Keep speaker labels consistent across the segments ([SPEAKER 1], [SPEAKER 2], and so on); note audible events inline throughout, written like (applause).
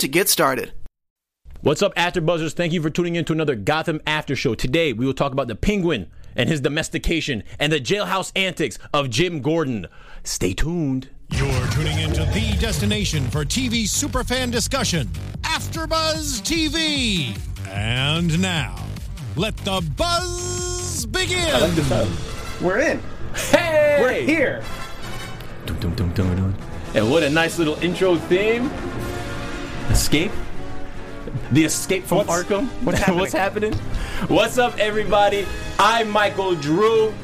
[SPEAKER 1] to get started.
[SPEAKER 2] What's up, AfterBuzzers? Thank you for tuning in to another Gotham After Show. Today, we will talk about the Penguin and his domestication and the jailhouse antics of Jim Gordon. Stay tuned.
[SPEAKER 3] You're tuning into the destination for TV superfan discussion, AfterBuzz TV. And now, let the buzz begin.
[SPEAKER 1] We're in.
[SPEAKER 2] Hey,
[SPEAKER 1] We're here.
[SPEAKER 2] Dum, dum, dum, dum, dum. And what a nice little intro theme. Escape? The escape from Arkham? What's happening? (laughs) What's up, everybody? I'm Michael Drew.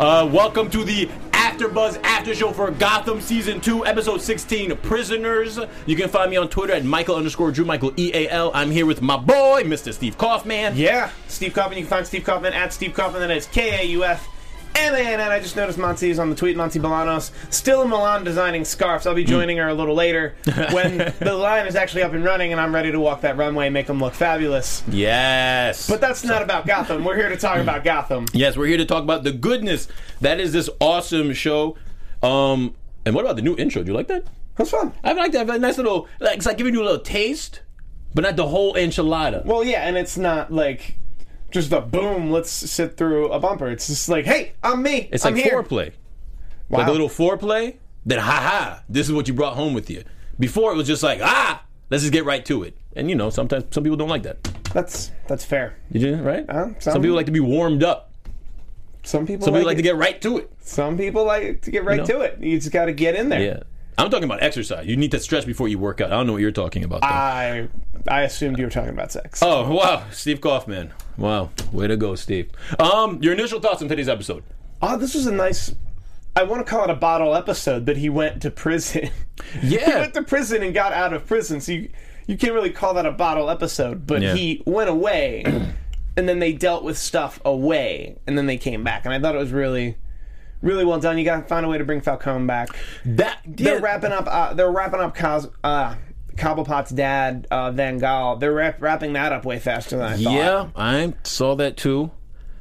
[SPEAKER 2] Uh, welcome to the AfterBuzz After Show for Gotham Season 2, Episode 16, Prisoners. You can find me on Twitter at Michael underscore Drew, Michael E-A-L. I'm here with my boy, Mr. Steve Kaufman.
[SPEAKER 4] Yeah, Steve Kaufman. You can find Steve Kaufman at Steve Kaufman. That is K A U F M A N N. I just noticed Monty is on the tweet. Monty Bolanos still in Milan designing scarves. I'll
[SPEAKER 2] Hmm.
[SPEAKER 4] be joining her a
[SPEAKER 2] (laughs)
[SPEAKER 4] little later when the line is actually up and running, and I'm ready to walk that runway and make them look fabulous.
[SPEAKER 2] Yes.
[SPEAKER 4] But that's not about Gotham. We're here to talk
[SPEAKER 2] (laughs)
[SPEAKER 4] about Gotham.
[SPEAKER 2] Yes, we're here to talk about the goodness that is this awesome show. Um, and what about the new intro? Do you like that?
[SPEAKER 4] That's fun.
[SPEAKER 2] I like that. A nice little, like, it's like giving you a little taste, but not the whole enchilada.
[SPEAKER 4] Well, yeah, and it's not like just the boom. Let's sit through a bumper. It's just like, hey, I'm me.
[SPEAKER 2] it's
[SPEAKER 4] I'm
[SPEAKER 2] like
[SPEAKER 4] here. Oh.
[SPEAKER 2] foreplay, like a little foreplay. Then, ha ha, this is what you brought home with you. Before it was just like, ah, let's just get right to it. And you know, sometimes some people don't like that.
[SPEAKER 4] That's that's fair.
[SPEAKER 2] Did you right? some
[SPEAKER 4] Uh, some-
[SPEAKER 2] people like to be warmed up.
[SPEAKER 4] Some people
[SPEAKER 2] Some
[SPEAKER 4] like,
[SPEAKER 2] people like
[SPEAKER 4] it.
[SPEAKER 2] to get right to it.
[SPEAKER 4] Some people like to get right
[SPEAKER 2] You know?
[SPEAKER 4] to it. You just got to get in there.
[SPEAKER 2] Yeah, I'm talking about exercise. You need to stretch before you work out. I don't know what you're talking about. though.
[SPEAKER 4] I I assumed you were talking about sex.
[SPEAKER 2] Oh wow, Steve Kaufman. Wow, way to go, Steve. Um, your initial thoughts on today's episode?
[SPEAKER 4] Oh, this was a nice. I want to call it a bottle episode that he went to prison. (laughs)
[SPEAKER 2] (laughs)
[SPEAKER 4] he
[SPEAKER 2] Yeah,
[SPEAKER 4] went to prison and got out of prison, so you you can't really call that a bottle episode. But
[SPEAKER 2] Yeah.
[SPEAKER 4] he went away, (clears throat) and then they dealt with stuff away, and then they came back, and I thought it was really, really well done. You got to find a way to bring Falcone back.
[SPEAKER 2] that yeah,
[SPEAKER 4] They're wrapping up. Uh, they're wrapping up. Cos- uh, Cobblepot's dad, uh, Van Gaal. They're wrap- wrapping that up way faster than I thought.
[SPEAKER 2] Yeah, I saw that too.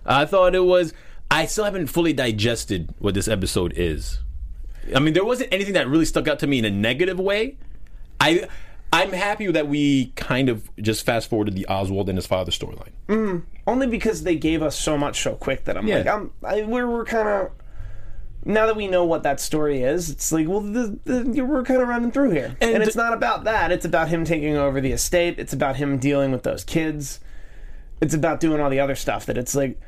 [SPEAKER 2] I thought it was. I still haven't fully digested what this episode is. I mean, there wasn't anything that really stuck out to me in a negative way. I. I'm happy that we kind of just fast forwarded the Oswald and his father storyline.
[SPEAKER 4] only because they gave us so much so quick that I'm
[SPEAKER 2] Yeah.
[SPEAKER 4] like, I'm, I, we're, we're kind of. Now that we know what that story is, it's like, well, the, the, we're kind of running through here, and,
[SPEAKER 2] And
[SPEAKER 4] it's
[SPEAKER 2] the-
[SPEAKER 4] not about that. It's about him taking over the estate. It's about him dealing with those kids. It's about doing all the other stuff that it's like,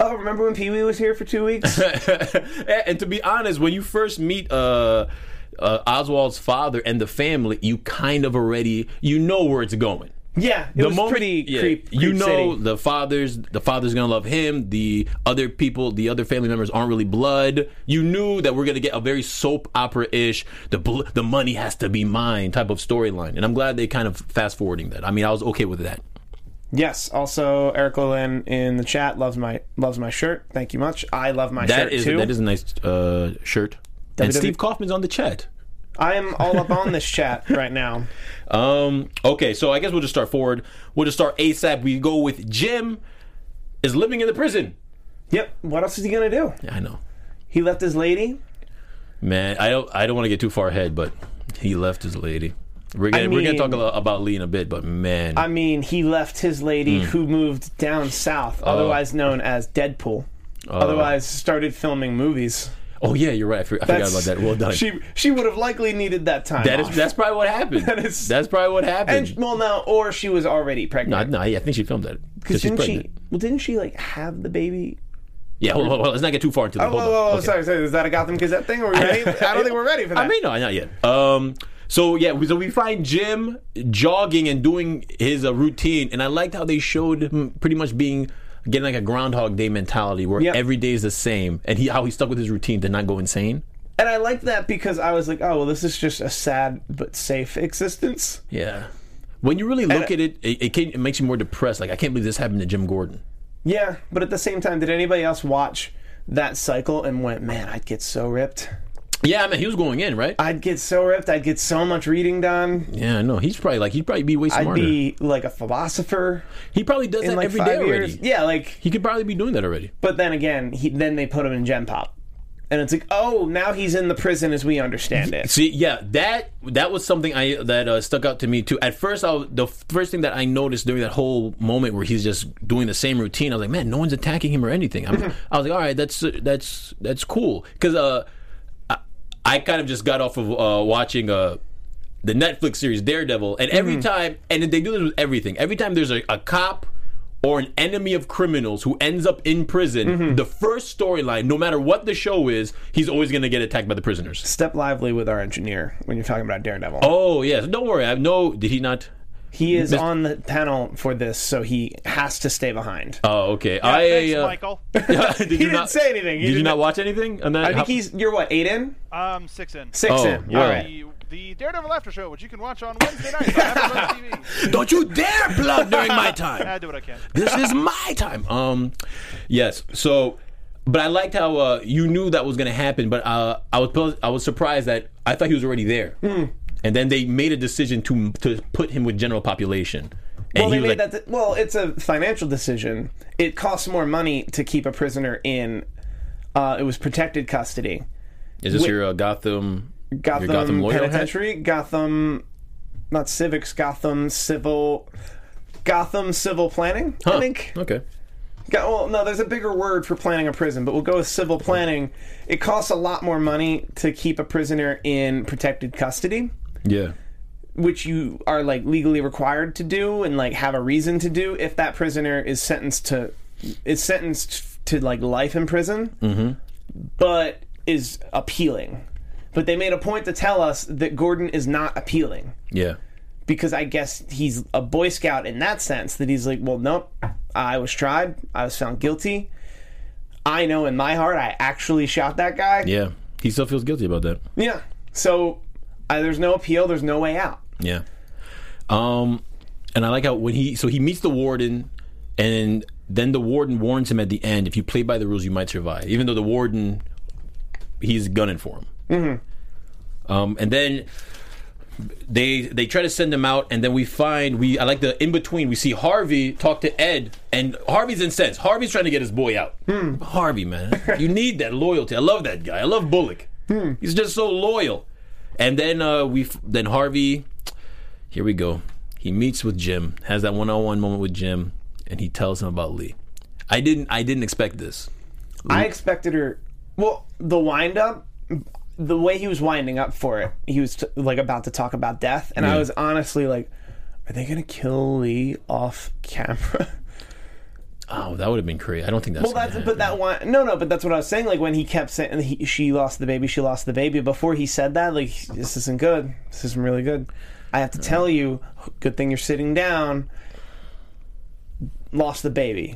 [SPEAKER 4] oh, remember when Pee Wee was here for
[SPEAKER 2] (laughs)
[SPEAKER 4] two weeks?
[SPEAKER 2] and and to be honest, when you first meet uh, uh, Oswald's father and the family, you kind of already you know where it's going.
[SPEAKER 4] yeah, it
[SPEAKER 2] the
[SPEAKER 4] was
[SPEAKER 2] moment-
[SPEAKER 4] pretty
[SPEAKER 2] yeah,
[SPEAKER 4] creep.
[SPEAKER 2] You
[SPEAKER 4] creep
[SPEAKER 2] know
[SPEAKER 4] city.
[SPEAKER 2] the father's the father's gonna love him. The other people, the other family members aren't really blood. You knew that we're gonna get a very soap opera ish. The bl- the money has to be mine type of storyline, and I'm glad they kind of fast forwarding that. I mean, I was okay with that.
[SPEAKER 4] Yes. Also, Eric Olin in the chat loves my loves my shirt. Thank you much. I love my
[SPEAKER 2] That
[SPEAKER 4] shirt
[SPEAKER 2] is
[SPEAKER 4] too.
[SPEAKER 2] that is a nice uh, shirt. And
[SPEAKER 4] WW-
[SPEAKER 2] Steve Kaufman's on the chat.
[SPEAKER 4] I am all up on this
[SPEAKER 2] (laughs)
[SPEAKER 4] chat right now.
[SPEAKER 2] Um. Okay, so I guess we'll just start forward. We'll just start ASAP. We go with Jim is living in the prison.
[SPEAKER 4] Yep. What else is he gonna do?
[SPEAKER 2] Yeah, I know,
[SPEAKER 4] He left his lady.
[SPEAKER 2] man. I don't. I don't want to get too far ahead, but he left his lady. We're gonna we're gonna
[SPEAKER 4] mean-
[SPEAKER 2] talk a lot about Lee in a bit, but man,
[SPEAKER 4] I mean, he left his lady
[SPEAKER 2] Hmm.
[SPEAKER 4] who moved down south,
[SPEAKER 2] Oh.
[SPEAKER 4] otherwise known as Deadpool. otherwise, started filming movies.
[SPEAKER 2] oh yeah, you're right. I, for- I forgot about
[SPEAKER 4] That's-
[SPEAKER 2] that. Well done.
[SPEAKER 4] She she would have likely needed that time.
[SPEAKER 2] that is
[SPEAKER 4] off.
[SPEAKER 2] that's probably what happened.
[SPEAKER 4] That is-
[SPEAKER 2] that's probably what happened.
[SPEAKER 4] and, well now, or she was already
[SPEAKER 2] no,
[SPEAKER 4] pregnant.
[SPEAKER 2] no, I think she filmed that because she's
[SPEAKER 4] didn't
[SPEAKER 2] pregnant.
[SPEAKER 4] she? Well, didn't she like have the baby?
[SPEAKER 2] Yeah, hold, hold, hold, let's not get too far into the.
[SPEAKER 4] Oh,
[SPEAKER 2] hold
[SPEAKER 4] whoa,
[SPEAKER 2] on.
[SPEAKER 4] whoa, whoa,
[SPEAKER 2] Okay.
[SPEAKER 4] sorry, sorry. Is that a Gotham Gazette thing? Are we (laughs) ready? I don't think we're ready for that.
[SPEAKER 2] I mean, no, not yet. Um, so yeah, we- so we find Jim jogging and doing his uh, routine, and I liked how they showed him pretty much being getting like a Groundhog Day mentality, where
[SPEAKER 4] Yep.
[SPEAKER 2] every day is the same, and he how he stuck with his routine to not go insane.
[SPEAKER 4] And I liked that because I was like, oh, well, this is just a sad but safe existence.
[SPEAKER 2] Yeah. When you really look
[SPEAKER 4] I-
[SPEAKER 2] at it, it, it, can, it makes you more depressed. Like, I can't believe this happened to Jim Gordon.
[SPEAKER 4] Yeah, but at the same time, did anybody else watch that cycle and went, man, I'd get so ripped?
[SPEAKER 2] Yeah, I mean, he was going in, right?
[SPEAKER 4] I'd get so ripped. I'd get so much reading done.
[SPEAKER 2] yeah, I know. He's probably like, he'd probably be way
[SPEAKER 4] I'd
[SPEAKER 2] smarter.
[SPEAKER 4] be like a philosopher
[SPEAKER 2] he probably does
[SPEAKER 4] in
[SPEAKER 2] that
[SPEAKER 4] like
[SPEAKER 2] every day
[SPEAKER 4] five
[SPEAKER 2] already.
[SPEAKER 4] years. Yeah, like,
[SPEAKER 2] He could probably be doing that already.
[SPEAKER 4] but then again, he, then they put him in Gen Pop. And it's like, oh, now he's in the prison as we understand it. (laughs)
[SPEAKER 2] See, yeah, that that was something I that uh, stuck out to me too. At first, I was, the first thing that I noticed during that whole moment where he's just doing the same routine, I was like, man, no one's attacking him or anything. I'm, I was like, all right, that's uh, that's that's cool because uh, I, I kind of just got off of uh, watching uh. The Netflix series Daredevil, and every time, and they do this with everything. Every time there's a, a cop or an enemy of criminals who ends up in prison, the first storyline, no matter what the show is, he's always going to get attacked by the prisoners.
[SPEAKER 4] Step lively with our engineer when you're talking about Daredevil.
[SPEAKER 2] Oh yes, don't worry. I no. Did he not?
[SPEAKER 4] he is
[SPEAKER 2] Mis-
[SPEAKER 4] on the panel for this, so he has to stay behind.
[SPEAKER 2] Oh okay.
[SPEAKER 5] Yeah,
[SPEAKER 2] I
[SPEAKER 5] thanks,
[SPEAKER 2] uh, (laughs)
[SPEAKER 5] Michael.
[SPEAKER 4] (laughs)
[SPEAKER 2] did you
[SPEAKER 4] didn't
[SPEAKER 2] not
[SPEAKER 4] say anything. He
[SPEAKER 2] did you
[SPEAKER 4] didn't-
[SPEAKER 2] not watch anything? On that?
[SPEAKER 4] I think
[SPEAKER 2] How-
[SPEAKER 4] he's. You're what? Eight in?
[SPEAKER 5] Um, six in.
[SPEAKER 4] Six
[SPEAKER 2] Oh,
[SPEAKER 4] in.
[SPEAKER 2] yeah.
[SPEAKER 4] All right.
[SPEAKER 5] The, the Daredevil After Show, which you can watch on Wednesday nights on Apple Plus
[SPEAKER 2] (laughs)
[SPEAKER 5] TV.
[SPEAKER 2] Don't you dare plug during my
[SPEAKER 4] (laughs)
[SPEAKER 2] time.
[SPEAKER 5] I do what I can.
[SPEAKER 2] this is my time. Um, yes. So, but I liked how uh, you knew that was going to happen. But uh, I was pos- I was surprised that I thought he was already there,
[SPEAKER 4] Hmm.
[SPEAKER 2] and then they made a decision to to put him with general population. And
[SPEAKER 4] Well,
[SPEAKER 2] he
[SPEAKER 4] they
[SPEAKER 2] was
[SPEAKER 4] made
[SPEAKER 2] like,
[SPEAKER 4] that. de- well, it's a financial decision. It costs more money to keep a prisoner in. Uh, it was protected custody.
[SPEAKER 2] "Is this
[SPEAKER 4] wait.
[SPEAKER 2] your uh, Gotham?
[SPEAKER 4] Gotham,
[SPEAKER 2] your Gotham lawyer hat?
[SPEAKER 4] Penitentiary. Gotham, not civics. Gotham civil. Gotham civil planning. I
[SPEAKER 2] Huh.
[SPEAKER 4] think.
[SPEAKER 2] Okay.
[SPEAKER 4] Go- well, no, there's a bigger word for planning a prison, but we'll go with civil planning. It costs a lot more money to keep a prisoner in protected custody,
[SPEAKER 2] Yeah.
[SPEAKER 4] which you are like legally required to do and like have a reason to do if that prisoner is sentenced to is sentenced to like life in prison, mm-hmm. but is appealing. But they made a point to tell us that Gordon is not appealing
[SPEAKER 2] Yeah."
[SPEAKER 4] because I guess he's a Boy Scout in that sense that he's like, well, nope, I was tried, I was found guilty. I know in my heart I actually shot that guy.
[SPEAKER 2] Yeah. He still feels guilty about that.
[SPEAKER 4] Yeah. So uh, there's no appeal, there's no way out.
[SPEAKER 2] Yeah. Um, and I like how when he so he meets the warden, and then the warden warns him at the end, if you play by the rules, you might survive. Even though the warden, he's gunning for him. Mm-hmm. Um, and then they they try to send him out, and then we find we I like the in between. We see Harvey talk to Ed, and Harvey's incensed. Harvey's trying to get his boy out. Harvey, man, you need that loyalty. I love that guy. I love Bullock. He's just so loyal. And then uh, we f- then Harvey here we go. He meets with Jim, has that one-on-one moment with Jim, and he tells him about Lee. I didn't I didn't expect this.
[SPEAKER 4] I expected her. Well, the wind up, the way he was winding up for it, he was t- like about to talk about death, and I was honestly like, are they gonna kill Lee off camera? (laughs)
[SPEAKER 2] Oh, that would have been crazy. I don't think that's
[SPEAKER 4] Well, that's but that one. No, no, but that's what I was saying. Like when he kept saying he, she lost the baby, she lost the baby. Before he said that, like this isn't good. This isn't really good. I have to tell you. Good thing you're sitting down. Lost the (sighs) baby.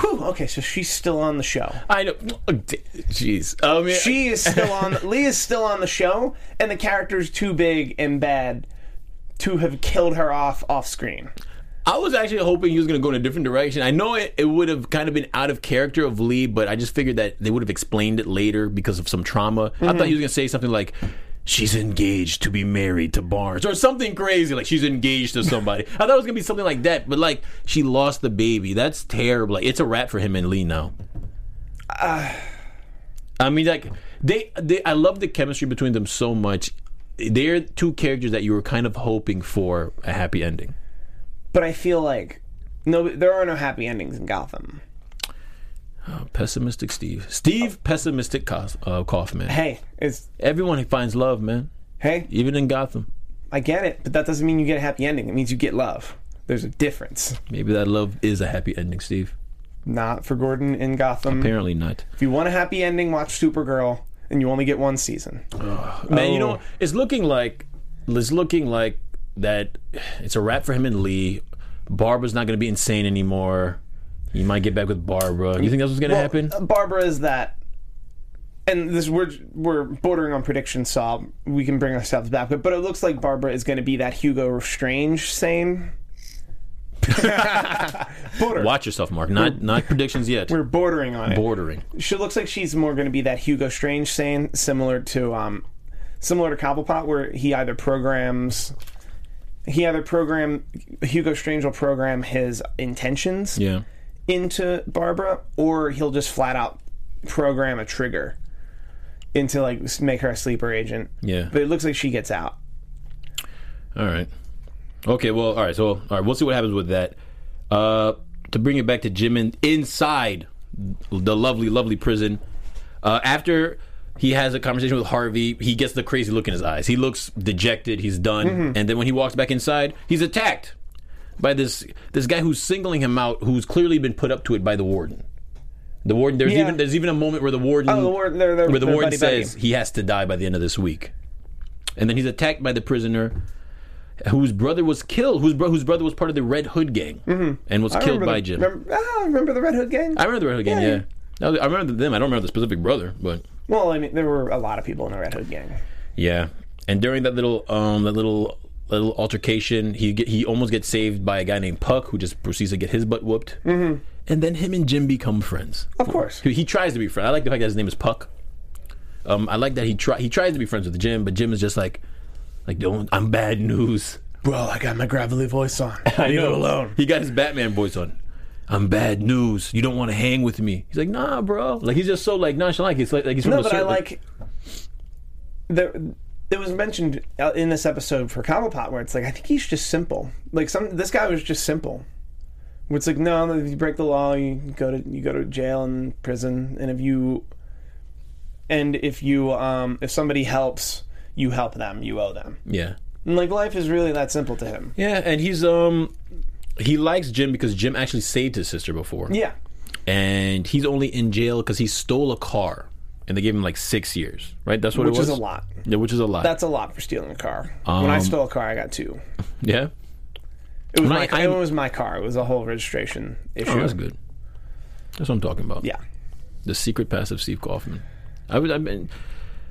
[SPEAKER 4] Whew, okay, so she's still on the show.
[SPEAKER 2] I know. Oh, Jeez. I mean,
[SPEAKER 4] She is still on. Lee is still on the show, and the character's too big and bad to have killed her off off screen.
[SPEAKER 2] I was actually hoping he was going to go in a different direction. I know it, it would have kind of been out of character of Lee, but I just figured that they would have explained it later because of some trauma. I thought he was going to say something like, "She's engaged to be married to Barnes" or something crazy like she's engaged to somebody. I thought it was going to be something like that, but like she lost the baby. That's terrible. Like it's a wrap for him and Lee now. I mean, like they, they, I love the chemistry between them so much. They're two characters that you were kind of hoping for a happy ending.
[SPEAKER 4] But I feel like no, there are no happy endings in Gotham.
[SPEAKER 2] Pessimistic Steve. Steve Pessimistic Cos- uh, Kaufman.
[SPEAKER 4] Hey, it's
[SPEAKER 2] Everyone finds love, man.
[SPEAKER 4] hey.
[SPEAKER 2] Even in Gotham.
[SPEAKER 4] I get it, but that doesn't mean you get a happy ending. It means you get love. There's a difference.
[SPEAKER 2] Maybe that love is a happy ending, Steve.
[SPEAKER 4] Not for Gordon in Gotham.
[SPEAKER 2] Apparently not.
[SPEAKER 4] If you want a happy ending, watch Supergirl, and you only get one season.
[SPEAKER 2] Man, you
[SPEAKER 4] Oh.
[SPEAKER 2] know, it's looking like it's looking like that it's a wrap for him and Lee. Barbara's not gonna be insane
[SPEAKER 4] uh,
[SPEAKER 2] anymore. You might get back with Barbara. You think that's what's gonna happen?
[SPEAKER 4] Barbara is that and this we're we're bordering on prediction, so we can bring ourselves back. But, but it looks like Barbara is going to be that Hugo Strange same. (laughs) Border.
[SPEAKER 2] Watch yourself, Mark. Not not predictions yet.
[SPEAKER 4] We're bordering on it.
[SPEAKER 2] bordering.
[SPEAKER 4] she looks like she's more going to be that Hugo Strange saying similar to um similar to Cobblepot where he either programs he either program Hugo Strange will program his intentions
[SPEAKER 2] Yeah.
[SPEAKER 4] into Barbara or he'll just flat out program a trigger into like s- make her a sleeper agent.
[SPEAKER 2] Yeah.
[SPEAKER 4] But it looks like she gets out.
[SPEAKER 2] All right. Okay. Well. All right. So. All right. We'll see what happens with that. Uh, to bring it back to Jim in, inside the lovely, lovely prison. Uh, after he has a conversation with Harvey, he gets the crazy look in his eyes. He looks dejected. He's done.
[SPEAKER 4] Mm-hmm.
[SPEAKER 2] And then when he walks back inside, he's attacked by this this guy who's singling him out, who's clearly been put up to it by the warden. The warden. There's
[SPEAKER 4] Yeah.
[SPEAKER 2] even there's even a moment where the warden
[SPEAKER 4] Oh, the warden- they're- they're-
[SPEAKER 2] where the
[SPEAKER 4] they're
[SPEAKER 2] warden
[SPEAKER 4] buddy-buddy.
[SPEAKER 2] says he has to die by the end of this week, and then he's attacked by the prisoner whose brother was killed, whose, bro- whose brother was part of the Red Hood gang and was killed
[SPEAKER 4] Mm-hmm. remember
[SPEAKER 2] by
[SPEAKER 4] the,
[SPEAKER 2] Jim.
[SPEAKER 4] Remember, ah, remember the Red Hood gang?
[SPEAKER 2] I remember the Red Hood gang,
[SPEAKER 4] Yeah.
[SPEAKER 2] yeah. That was- I remember them. I don't remember the specific brother, but
[SPEAKER 4] well, I mean there were a lot of people in the Red Hood gang.
[SPEAKER 2] yeah. And during that little um that little little altercation, he get, he almost gets saved by a guy named Puck, who just proceeds to get his butt whooped. Mm-hmm. And then him and Jim become friends.
[SPEAKER 4] Of course.
[SPEAKER 2] He, he tries to be friends. I like the fact that his name is Puck. Um, I like that he try he tries to be friends with Jim, but Jim is just like, like don't I'm bad news.
[SPEAKER 4] Bro, I got my gravelly
[SPEAKER 2] (laughs)
[SPEAKER 4] voice on. Leave it alone.
[SPEAKER 2] He got his Batman voice on. I'm bad news. You don't want to hang with me. He's like, nah, bro. Like he's just so like nonchalant. He's like, like he's from
[SPEAKER 4] No,
[SPEAKER 2] a
[SPEAKER 4] but I
[SPEAKER 2] certain-
[SPEAKER 4] like there. It was mentioned uh, in this episode for Cobblepot where it's like I think he's just simple. Like some this guy was just simple. Where it's like no, if you break the law, you go to you go to jail and prison, and if you and if you um, if somebody helps, you help them, you owe them.
[SPEAKER 2] yeah,
[SPEAKER 4] And like life is really that simple to him.
[SPEAKER 2] yeah. And he's um, he likes Jim because Jim actually saved his sister before.
[SPEAKER 4] Yeah,
[SPEAKER 2] and he's only in jail because he stole a car, and they gave him like six years. Right, that's what
[SPEAKER 4] which
[SPEAKER 2] it was.
[SPEAKER 4] is a lot.
[SPEAKER 2] Yeah, which is a lot.
[SPEAKER 4] That's a lot for stealing a car. when I
[SPEAKER 2] Um,
[SPEAKER 4] stole a car, I got two.
[SPEAKER 2] yeah.
[SPEAKER 4] It was
[SPEAKER 2] when
[SPEAKER 4] my
[SPEAKER 2] I-
[SPEAKER 4] it
[SPEAKER 2] I'm-
[SPEAKER 4] was my car. It was a whole registration issue.
[SPEAKER 2] Oh, that's good. That's what I'm talking about.
[SPEAKER 4] Yeah.
[SPEAKER 2] The secret past of Steve Kaufman. I was. I've been.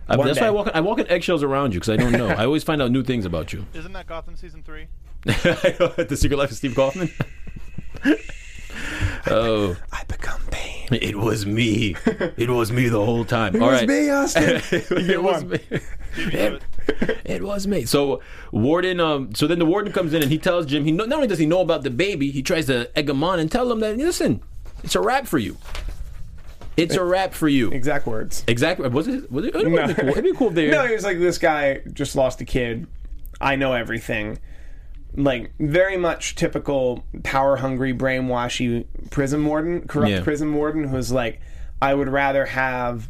[SPEAKER 2] I,
[SPEAKER 4] One
[SPEAKER 2] that's why I
[SPEAKER 4] day.
[SPEAKER 2] walk. I walk in eggshells around you because I don't know. I always find out new things about you.
[SPEAKER 5] Isn't that Gotham season three?
[SPEAKER 2] (laughs) the Secret Life of Steve Kaufman. oh,
[SPEAKER 4] I become pain.
[SPEAKER 2] it was me. It was me the whole time. All right.
[SPEAKER 4] Austin.
[SPEAKER 2] (laughs) it was me. It, it was me. So Warden. Um. So then the Warden comes in and he tells Jim. He kno- not only does he know about the baby, he tries to egg him on and tell him that listen, it's a wrap for you. It's a wrap for you.
[SPEAKER 4] exact words.
[SPEAKER 2] Exactly. Was it? Was it? It'd, be cool. it'd be cool if (laughs) they.
[SPEAKER 4] (laughs) No, he was like, this guy just lost a kid. I know everything. Like, very much typical power hungry, brainwashy prison warden, corrupt
[SPEAKER 2] Yeah.
[SPEAKER 4] prison warden who's like, I would rather have.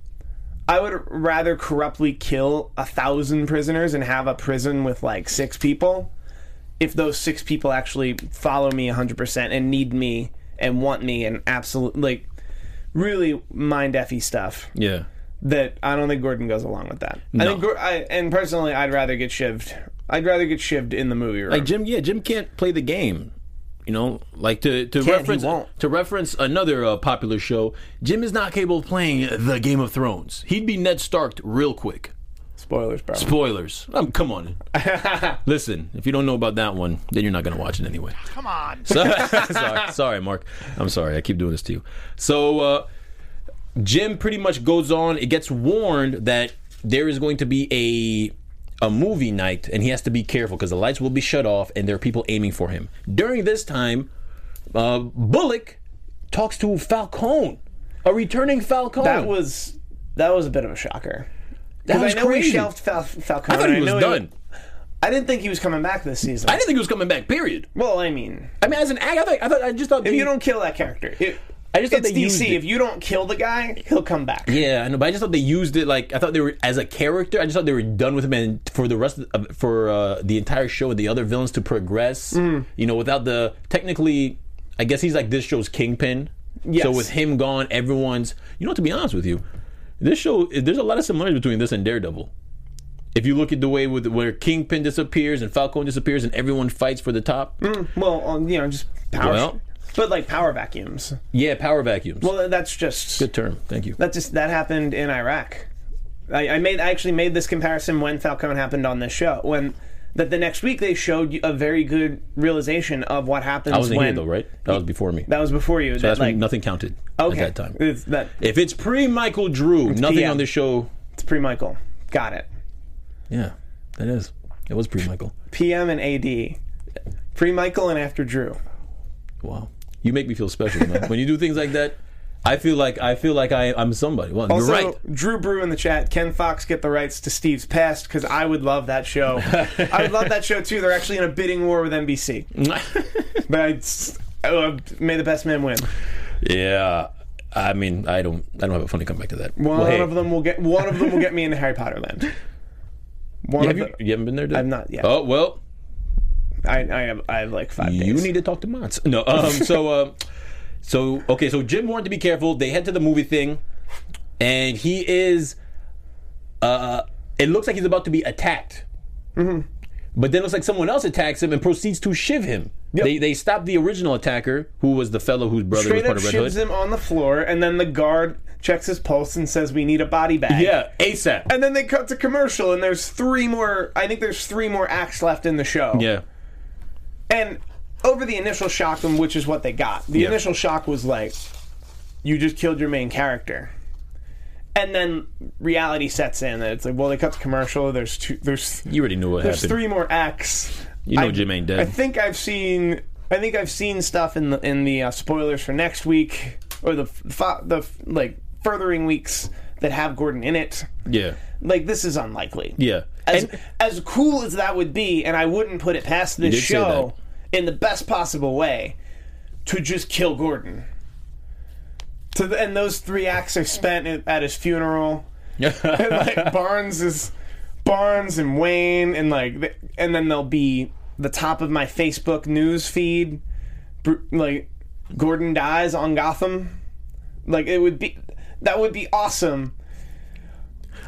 [SPEAKER 4] I would rather corruptly kill a thousand prisoners and have a prison with like six people if those six people actually follow me 100% and need me and want me and absolutely, like, really mind effy stuff
[SPEAKER 2] Yeah.
[SPEAKER 4] that I don't think Gordon goes along with that. I
[SPEAKER 2] No.
[SPEAKER 4] think, Gor- I, and personally, I'd rather get shivved. I'd rather get shivved in the movie room.
[SPEAKER 2] Like Jim, yeah, Jim can't play the game. You know, like to to
[SPEAKER 4] he
[SPEAKER 2] reference
[SPEAKER 4] won't.
[SPEAKER 2] to reference another uh, popular show, Jim is not capable of playing the Game of Thrones. He'd be Ned Starked real quick.
[SPEAKER 4] Spoilers, bro.
[SPEAKER 2] Spoilers. Um, come
[SPEAKER 4] (laughs)
[SPEAKER 2] on. Listen, if you don't know about that one, then you're not going to watch it anyway.
[SPEAKER 5] Come on.
[SPEAKER 2] So- (laughs) sorry, sorry, Mark. I'm sorry. I keep doing this to you. So uh, Jim pretty much goes on. It gets warned that there is going to be a a movie night, and he has to be careful because the lights will be shut off, and there are people aiming for him. During this time, uh, Bullock talks to Falcone, a returning Falcone.
[SPEAKER 4] that was that was a bit of a shocker.
[SPEAKER 2] That
[SPEAKER 4] 'Cause
[SPEAKER 2] was
[SPEAKER 4] I know
[SPEAKER 2] crazy.
[SPEAKER 4] we shelved Fal- Falcone.
[SPEAKER 2] I thought he was
[SPEAKER 4] know
[SPEAKER 2] done.
[SPEAKER 4] I didn't think he was coming back this season.
[SPEAKER 2] I didn't think he was coming back. Period.
[SPEAKER 4] well, I mean,
[SPEAKER 2] I mean, as an act, I, thought, I thought I just thought
[SPEAKER 4] if
[SPEAKER 2] they-
[SPEAKER 4] you don't kill that character, it,
[SPEAKER 2] I just thought
[SPEAKER 4] it's
[SPEAKER 2] they used
[SPEAKER 4] DC.
[SPEAKER 2] it.
[SPEAKER 4] If you don't kill the guy, he'll come back.
[SPEAKER 2] Yeah, I know, but I just thought they used it like I thought they were as a character. I just thought they were done with him, and for the rest of for uh, the entire show and the other villains to progress, you know, without the technically, I guess he's like this show's kingpin.
[SPEAKER 4] Yes.
[SPEAKER 2] So with him gone, everyone's. You know, to be honest with you, this show there's a lot of similarities between this and Daredevil. If you look at the way with where Kingpin disappears and Falcon disappears and everyone fights for the top,
[SPEAKER 4] Well, um, you know, just power.
[SPEAKER 2] Well-
[SPEAKER 4] but like power vacuums.
[SPEAKER 2] yeah, power vacuums.
[SPEAKER 4] Well, that's just
[SPEAKER 2] Good term, thank you.
[SPEAKER 4] that just that happened in Iraq. I, I made I actually made this comparison when Falcone happened on this show when that the next week they showed you a very good realization of what happens
[SPEAKER 2] I wasn't
[SPEAKER 4] when
[SPEAKER 2] here though, right? That was before me.
[SPEAKER 4] that was before you
[SPEAKER 2] So
[SPEAKER 4] that
[SPEAKER 2] that's
[SPEAKER 4] like
[SPEAKER 2] when nothing counted
[SPEAKER 4] okay
[SPEAKER 2] at that time.
[SPEAKER 4] it's, that
[SPEAKER 2] If it's pre Michael Drew, nothing
[SPEAKER 4] PM.
[SPEAKER 2] on this show.
[SPEAKER 4] it's pre Michael got it
[SPEAKER 2] Yeah, that is. It was pre Michael.
[SPEAKER 4] PM and AD pre Michael and after Drew
[SPEAKER 2] Wow, you make me feel special, man. when you do things like that, I feel like I feel like I, I'm somebody. Well,
[SPEAKER 4] also
[SPEAKER 2] you're right.
[SPEAKER 4] Drew Brew in the chat can Fox get the rights to Steve's past because I would love that show I would love that show too they're actually in a bidding war with NBC (laughs) but I oh, may the best man win
[SPEAKER 2] yeah, I mean, I don't, I don't have a funny comeback to that.
[SPEAKER 4] One
[SPEAKER 2] well, hey,
[SPEAKER 4] of them will get one of them will get me into Harry Potter land. One
[SPEAKER 2] Have
[SPEAKER 4] of
[SPEAKER 2] you,
[SPEAKER 4] the-
[SPEAKER 2] you haven't been there, dude?
[SPEAKER 4] I've not yet.
[SPEAKER 2] Oh well,
[SPEAKER 4] I, I have I have like five
[SPEAKER 2] you
[SPEAKER 4] days.
[SPEAKER 2] need to talk to Mons. No,
[SPEAKER 4] (laughs)
[SPEAKER 2] um, so, uh, so okay, so Jim warned to be careful. They head to the movie thing, and he is, uh, it looks like he's about to be attacked.
[SPEAKER 4] Mm-hmm.
[SPEAKER 2] But then it looks like someone else attacks him and proceeds to shiv him. They they stop the original attacker, who was the fellow whose brother
[SPEAKER 4] straight
[SPEAKER 2] was
[SPEAKER 4] up
[SPEAKER 2] part of Red Hood.
[SPEAKER 4] shivs him on the floor, and then the guard checks his pulse and says, "We need a body bag."
[SPEAKER 2] Yeah, ASAP.
[SPEAKER 4] And then they cut to commercial, and there's three more. I think there's three more acts left in the show.
[SPEAKER 2] yeah.
[SPEAKER 4] And over the initial shock, and which is what they got. The
[SPEAKER 2] Yeah.
[SPEAKER 4] initial shock was like, you just killed your main character. And then reality sets in, and it's like, well, they cut to commercial. There's two. There's
[SPEAKER 2] You already knew what
[SPEAKER 4] There's
[SPEAKER 2] happened.
[SPEAKER 4] three more acts.
[SPEAKER 2] You know Jim ain't dead.
[SPEAKER 4] I think I've seen. I think I've seen stuff in the in the uh, spoilers for next week or the f- the f- like furthering weeks that have Gordon in it.
[SPEAKER 2] Yeah.
[SPEAKER 4] Like this is unlikely.
[SPEAKER 2] Yeah.
[SPEAKER 4] As
[SPEAKER 2] And-
[SPEAKER 4] as cool as that would be, and I wouldn't put it past this
[SPEAKER 2] did say
[SPEAKER 4] show in the best possible way to just kill Gordon. To the, and those three acts are spent at- at his funeral (laughs)
[SPEAKER 2] (laughs)
[SPEAKER 4] (laughs) and like Barnes is Barnes and Wayne and like th- and then there'll be the top of my Facebook news feed Bru- like Gordon dies on Gotham like it would be that would be awesome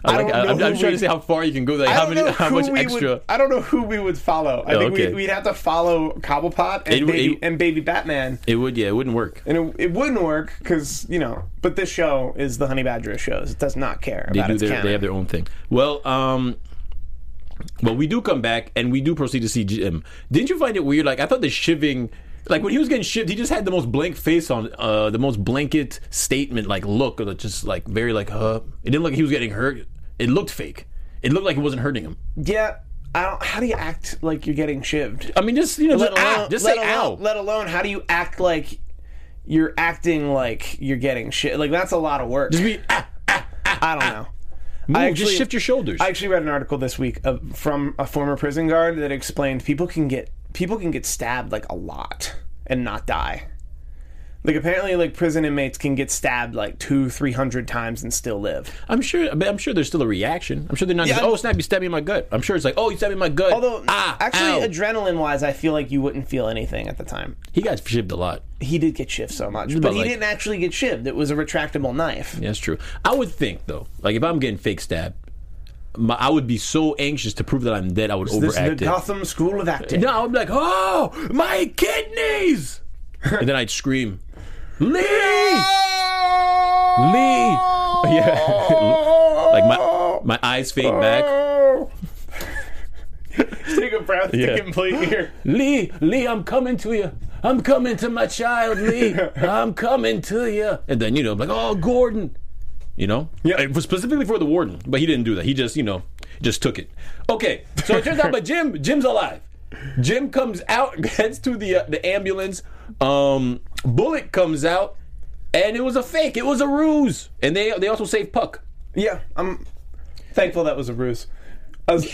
[SPEAKER 2] I
[SPEAKER 4] don't
[SPEAKER 2] like,
[SPEAKER 4] know
[SPEAKER 2] I am
[SPEAKER 4] who
[SPEAKER 2] I'm trying
[SPEAKER 4] we-
[SPEAKER 2] to see how far you can go. Like,
[SPEAKER 4] I
[SPEAKER 2] how
[SPEAKER 4] don't know
[SPEAKER 2] many, how
[SPEAKER 4] who
[SPEAKER 2] much
[SPEAKER 4] we
[SPEAKER 2] extra.
[SPEAKER 4] would, I don't know who we would follow I
[SPEAKER 2] Oh,
[SPEAKER 4] think
[SPEAKER 2] okay.
[SPEAKER 4] we'd, we'd have to follow Cobblepot and,
[SPEAKER 2] It w-
[SPEAKER 4] baby,
[SPEAKER 2] it-
[SPEAKER 4] and baby Batman
[SPEAKER 2] It would, yeah, it wouldn't work.
[SPEAKER 4] and it, it wouldn't work because you know but this show is the Honey Badger of shows it does not care
[SPEAKER 2] They
[SPEAKER 4] about
[SPEAKER 2] do
[SPEAKER 4] its
[SPEAKER 2] their,
[SPEAKER 4] canon.
[SPEAKER 2] they have their own thing. Well, um, well, we do come back and we do proceed to see Jim. Didn't you find it weird? Like I thought the shivving, like when he was getting shivved, he just had the most blank face on, uh, the most blanket statement like look, or just like very like, huh. It didn't look like he was getting hurt. It looked fake. It looked like it wasn't hurting him.
[SPEAKER 4] yeah I don't, how do you act like you're getting shivved
[SPEAKER 2] I mean, just you know,
[SPEAKER 4] let
[SPEAKER 2] just,
[SPEAKER 4] alone,
[SPEAKER 2] ow, just
[SPEAKER 4] let
[SPEAKER 2] say
[SPEAKER 4] alone,
[SPEAKER 2] ow.
[SPEAKER 4] Let alone, how do you act like you're acting like you're getting shit? Like that's a lot of work.
[SPEAKER 2] just be ah,
[SPEAKER 4] I don't know.
[SPEAKER 2] move,
[SPEAKER 4] I actually-
[SPEAKER 2] just shift your shoulders.
[SPEAKER 4] I actually read an article this week of, from a former prison guard that explained people can get people can get stabbed like a lot and not die. Like apparently, like prison inmates can get stabbed like two, three hundred times and still live.
[SPEAKER 2] I'm sure. but I'm sure there's still a reaction. I'm sure they're not.
[SPEAKER 4] Yeah,
[SPEAKER 2] just,
[SPEAKER 4] I'm-
[SPEAKER 2] oh snap! You stabbed me in my gut. I'm sure it's like, oh, you stabbed me in my gut.
[SPEAKER 4] Although,
[SPEAKER 2] ah,
[SPEAKER 4] actually,
[SPEAKER 2] ow.
[SPEAKER 4] adrenaline-wise, I feel like you wouldn't feel anything at the time.
[SPEAKER 2] he got shivved a lot.
[SPEAKER 4] He did get shivved so much,
[SPEAKER 2] But,
[SPEAKER 4] but he
[SPEAKER 2] like-
[SPEAKER 4] didn't actually get shivved. It was a retractable knife.
[SPEAKER 2] Yeah, That's true. I would think though, like if I'm getting fake stabbed, my, I would be so anxious to prove that I'm dead. I would
[SPEAKER 4] This is the
[SPEAKER 2] overact it.
[SPEAKER 4] Gotham School of Acting.
[SPEAKER 2] No, I'm like, oh, my kidneys, and then I'd scream, Lee, (laughs) Lee, yeah, (laughs) like my my eyes fade back.
[SPEAKER 4] Take a breath
[SPEAKER 2] Yeah.
[SPEAKER 4] to complete here.
[SPEAKER 2] Lee, Lee, I'm coming to you. I'm coming to my child, Lee. I'm coming to you. And then you know, I'm like, oh, Gordon. You know, yeah, it was specifically for the warden, but he didn't do that. He just, you know, just took it. Okay, so it turns out, but Jim, Jim's alive. Jim comes out, (laughs) heads to the uh, the ambulance. Um, Bullet comes out, and it was a fake. It was a ruse, and they they also saved Puck.
[SPEAKER 4] Yeah, I'm thankful that was a ruse. As,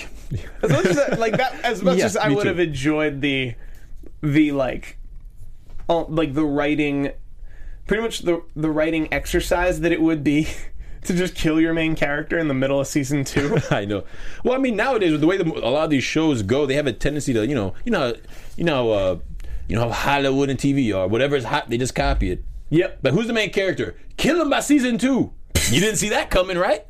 [SPEAKER 4] as much as I, like that, as much
[SPEAKER 2] Yeah,
[SPEAKER 4] as I
[SPEAKER 2] me
[SPEAKER 4] would
[SPEAKER 2] too.
[SPEAKER 4] have enjoyed the, the like, all, like the writing, pretty much the the writing exercise that it would be (laughs) to just kill your main character in the middle of
[SPEAKER 2] (laughs)
[SPEAKER 4] season two.
[SPEAKER 2] I know. Well, I mean, nowadays with the way the, a lot of these shows go, they have a tendency to, you know, you know, you know, uh, you know how Hollywood and TV are. Whatever's hot, they just copy it.
[SPEAKER 4] yep.
[SPEAKER 2] But who's the main character? Kill him by season two. You didn't see that coming, (laughs) right?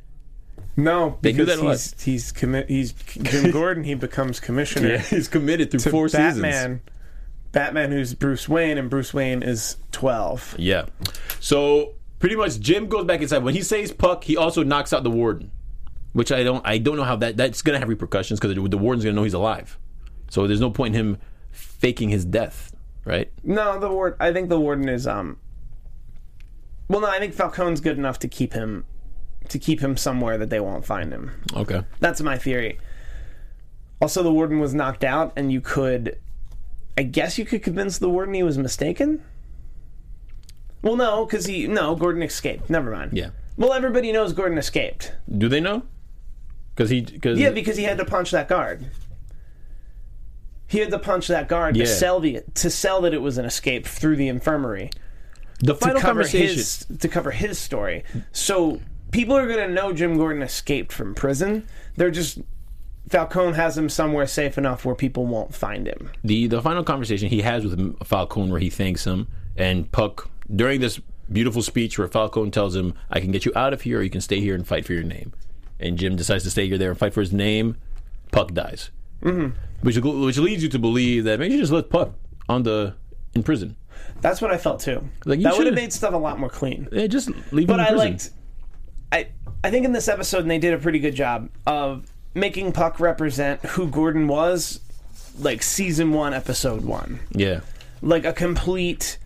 [SPEAKER 4] No,
[SPEAKER 2] They do
[SPEAKER 4] because
[SPEAKER 2] that a lot.
[SPEAKER 4] he's he's commi- he's Jim Gordon. He becomes commissioner.
[SPEAKER 2] he's committed through
[SPEAKER 4] to
[SPEAKER 2] four seasons.
[SPEAKER 4] Batman. Batman, who's Bruce Wayne, and Bruce Wayne is twelve.
[SPEAKER 2] Yeah. So pretty much, Jim goes back inside. When he saves Puck, he also knocks out the warden. which I don't I don't know how that that's gonna have repercussions because the warden's gonna know he's alive. So there's no point in him faking his death, right?
[SPEAKER 4] No, the ward. I think the warden is um. Well, no, I think Falcone's good enough to keep him, to keep him somewhere that they won't find him.
[SPEAKER 2] Okay.
[SPEAKER 4] That's my theory. Also, the warden was knocked out, and you could, I guess, you could convince the warden he was mistaken. Well, no, because he no Gordon escaped. Never mind.
[SPEAKER 2] Yeah.
[SPEAKER 4] Well, everybody knows Gordon escaped.
[SPEAKER 2] Do they know? Because he because
[SPEAKER 4] Yeah, because he had to punch that guard. He had to punch that guard
[SPEAKER 2] Yeah.
[SPEAKER 4] to sell the to sell that it was an escape through the infirmary
[SPEAKER 2] the
[SPEAKER 4] to
[SPEAKER 2] final
[SPEAKER 4] cover
[SPEAKER 2] conversation.
[SPEAKER 4] his to cover his story. So people are going to know Jim Gordon escaped from prison. They're just Falcone has him somewhere safe enough where people won't find him.
[SPEAKER 2] the the final conversation he has with Falcone where he thanks him and Puck during this beautiful speech where Falcone tells him, "I can get you out of here, or you can stay here and fight for your name." And Jim decides to stay here there and fight for his name. Puck dies, mm-hmm. which which leads you to believe that maybe you just let Puck on the in prison.
[SPEAKER 4] That's what I felt too.
[SPEAKER 2] Like, you
[SPEAKER 4] that would have
[SPEAKER 2] should've-
[SPEAKER 4] made stuff a lot more clean.
[SPEAKER 2] Yeah, just leave
[SPEAKER 4] But
[SPEAKER 2] him in
[SPEAKER 4] I
[SPEAKER 2] prison.
[SPEAKER 4] liked. I I think in this episode they did a pretty good job of making Puck represent who Gordon was, like season one, episode one,
[SPEAKER 2] Yeah,
[SPEAKER 4] like a complete,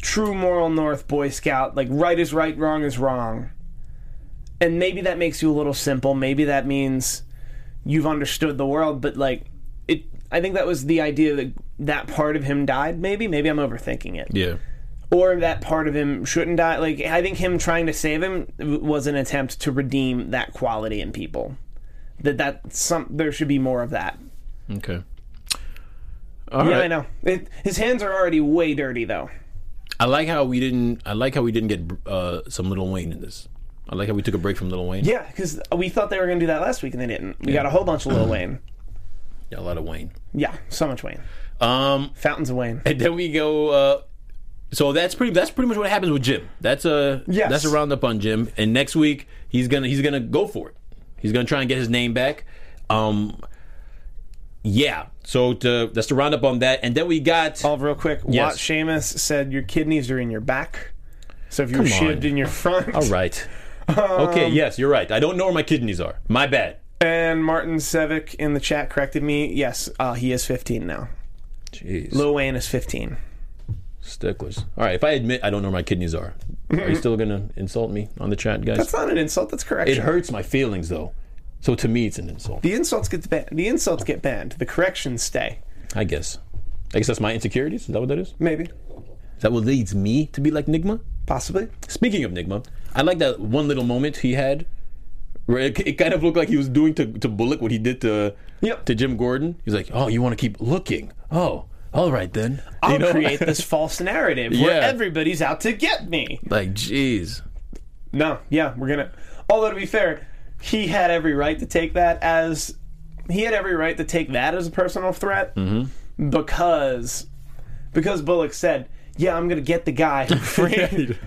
[SPEAKER 4] true moral North Boy Scout. Like right is right, wrong is wrong. And maybe that makes you a little simple. Maybe that means you've understood the world. But like it, I think that was the idea that that part of him died. Maybe maybe I'm overthinking it
[SPEAKER 2] yeah,
[SPEAKER 4] or that part of him shouldn't die. Like I think him trying to save him w- was an attempt to redeem that quality in people. That that some there should be more of that.
[SPEAKER 2] okay. All
[SPEAKER 4] Yeah,
[SPEAKER 2] right.
[SPEAKER 4] I know. It, his hands are already way dirty though.
[SPEAKER 2] I like how we didn't. I like how we didn't get uh, some Little Wayne in this. I like how we took a break from Little Wayne.
[SPEAKER 4] Yeah, because we thought they were going to do that last week and they didn't. We got a whole bunch of (clears throat) Lil Wayne.
[SPEAKER 2] yeah a lot of Wayne.
[SPEAKER 4] Yeah, so much Wayne.
[SPEAKER 2] Um, (laughs)
[SPEAKER 4] Fountains of Wayne.
[SPEAKER 2] And then we go. Uh, so that's pretty. That's pretty much what happens with Jim. That's a.
[SPEAKER 4] Yes.
[SPEAKER 2] That's a roundup on Jim. And next week he's gonna he's gonna go for it. He's gonna try and get his name back. Um. Yeah. So to, that's the roundup on that. And then we got.
[SPEAKER 4] All real quick.
[SPEAKER 2] Yes.
[SPEAKER 4] Watt Sheamus said your kidneys are in your back. So if you're
[SPEAKER 2] Come on.
[SPEAKER 4] shivved in your front,
[SPEAKER 2] All right.
[SPEAKER 4] Um,
[SPEAKER 2] okay. Yes, you're right. I don't know where my kidneys are. My bad.
[SPEAKER 4] and Martin Sevick in the chat corrected me. Yes, uh, he is 15 now.
[SPEAKER 2] Jeez.
[SPEAKER 4] Lil Wayne is 15.
[SPEAKER 2] Sticklers. All right. If I admit I don't know where my kidneys are, are you still gonna insult me on the chat, guys?
[SPEAKER 4] That's not an insult. That's correction.
[SPEAKER 2] it hurts my feelings though. So to me, it's an insult.
[SPEAKER 4] The insults get banned. The insults get banned. The corrections stay.
[SPEAKER 2] I guess. I guess that's my insecurities. Is that what that is?
[SPEAKER 4] Maybe,
[SPEAKER 2] Is that what leads me to be like Nigma?
[SPEAKER 4] possibly.
[SPEAKER 2] Speaking of Nigma, I like that one little moment he had where it, it kind of looked like he was doing to, to Bullock what he did to
[SPEAKER 4] Yep.
[SPEAKER 2] to Jim Gordon. He's like, "Oh, you want to keep looking? Oh, all right then."
[SPEAKER 4] I'll
[SPEAKER 2] you know?
[SPEAKER 4] create this false narrative (laughs) where
[SPEAKER 2] Yeah.
[SPEAKER 4] everybody's out to get me.
[SPEAKER 2] (laughs) like,
[SPEAKER 4] (laughs)
[SPEAKER 2] jeez.
[SPEAKER 4] No, yeah, we're gonna. Although to be fair, he had every right to take that as he had every right to take that as a personal threat
[SPEAKER 2] Mm-hmm.
[SPEAKER 4] because because Bullock said, "Yeah, I'm gonna get the
[SPEAKER 2] (laughs)
[SPEAKER 4] guy who freed."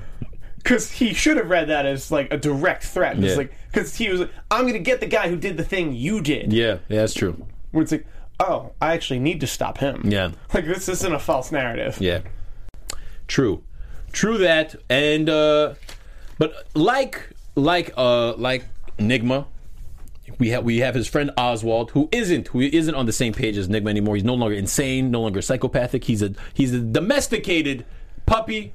[SPEAKER 4] Because he should have read that as like a direct threat. It's
[SPEAKER 2] Yeah.
[SPEAKER 4] like because he was, like, "I'm gonna get the guy who did the thing you did."
[SPEAKER 2] Yeah, yeah, that's true.
[SPEAKER 4] where it's like, oh, I actually need to stop him.
[SPEAKER 2] Yeah.
[SPEAKER 4] Like, this isn't a false narrative.
[SPEAKER 2] Yeah. True. True that. And uh but like like uh like Nigma, we have we have his friend Oswald who isn't who isn't on the same page as Nigma anymore. He's no longer insane, no longer psychopathic. He's a he's a domesticated puppy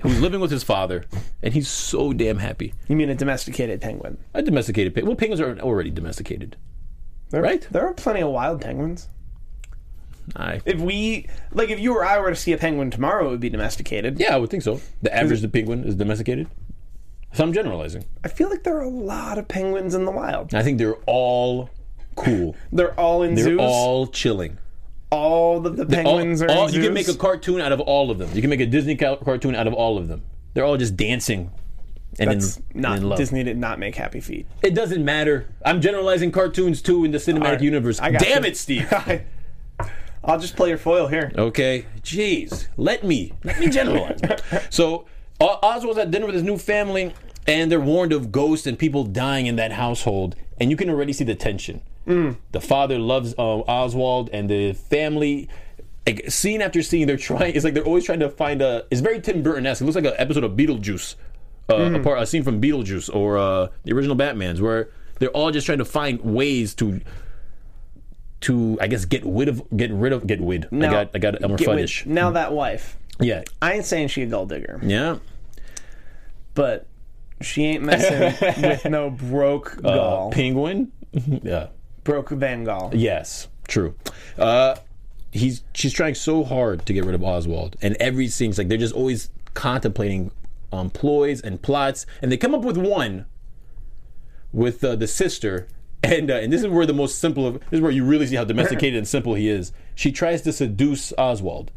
[SPEAKER 2] who's living with his father and he's so damn happy.
[SPEAKER 4] You mean a domesticated penguin?
[SPEAKER 2] A domesticated pig. Well, penguins are already domesticated.
[SPEAKER 4] There,
[SPEAKER 2] Right.
[SPEAKER 4] There are plenty of wild penguins.
[SPEAKER 2] I
[SPEAKER 4] If we, like, if you or I were to see a penguin tomorrow, it would be domesticated.
[SPEAKER 2] yeah, I would think so. The average the penguin is domesticated. So I'm generalizing.
[SPEAKER 4] I feel like there are a lot of penguins in the wild.
[SPEAKER 2] I think they're all cool.
[SPEAKER 4] They're all in
[SPEAKER 2] They're
[SPEAKER 4] zoos.
[SPEAKER 2] all chilling.
[SPEAKER 4] all of the
[SPEAKER 2] All-
[SPEAKER 4] penguins are
[SPEAKER 2] all-
[SPEAKER 4] in
[SPEAKER 2] you
[SPEAKER 4] zoos.
[SPEAKER 2] can make a cartoon out of all of them. You can make a Disney ca- cartoon out of all of them. They're all just dancing and in,
[SPEAKER 4] That's
[SPEAKER 2] and
[SPEAKER 4] not
[SPEAKER 2] in love.
[SPEAKER 4] Disney did not make Happy Feet. (laughs)
[SPEAKER 2] It doesn't matter. I'm generalizing cartoons too in the cinematic
[SPEAKER 4] All right.
[SPEAKER 2] universe.
[SPEAKER 4] I got
[SPEAKER 2] Damn
[SPEAKER 4] you.
[SPEAKER 2] it, Steve.
[SPEAKER 4] I'll just play your foil here.
[SPEAKER 2] okay, jeez. Let me let me
[SPEAKER 4] (laughs)
[SPEAKER 2] generalize. so O- Oswald's at dinner with his new family, and they're warned of ghosts and people dying in that household, and you can already see the tension.
[SPEAKER 4] Mm.
[SPEAKER 2] The father loves uh, Oswald and the family. Like, scene after scene, they're trying. It's like they're always trying to find a. It's very Tim Burton esque. It
[SPEAKER 4] Mm.
[SPEAKER 2] looks like an episode of Beetlejuice, uh, a, part, a scene from Beetlejuice or uh, the original Batman's, where They're all just trying to find ways to to I guess get rid of get rid of get rid. I got I got Elmer
[SPEAKER 4] get with-
[SPEAKER 2] Fuddish.
[SPEAKER 4] Now that wife,
[SPEAKER 2] Yeah.
[SPEAKER 4] I ain't saying she a gold digger,
[SPEAKER 2] Yeah.
[SPEAKER 4] but she
[SPEAKER 2] (laughs)
[SPEAKER 4] ain't messing with no broke
[SPEAKER 2] Uh,
[SPEAKER 4] Gaul,
[SPEAKER 2] penguin. yeah.
[SPEAKER 4] broke Van Gaal.
[SPEAKER 2] Yes. True. Uh he's she's trying so hard to get rid of Oswald and every seems like they're just always contemplating um, ploys and plots and they come up with one with uh, the sister and uh, and this is where the most simple of this is where you really see how domesticated and simple he is. She tries to seduce Oswald.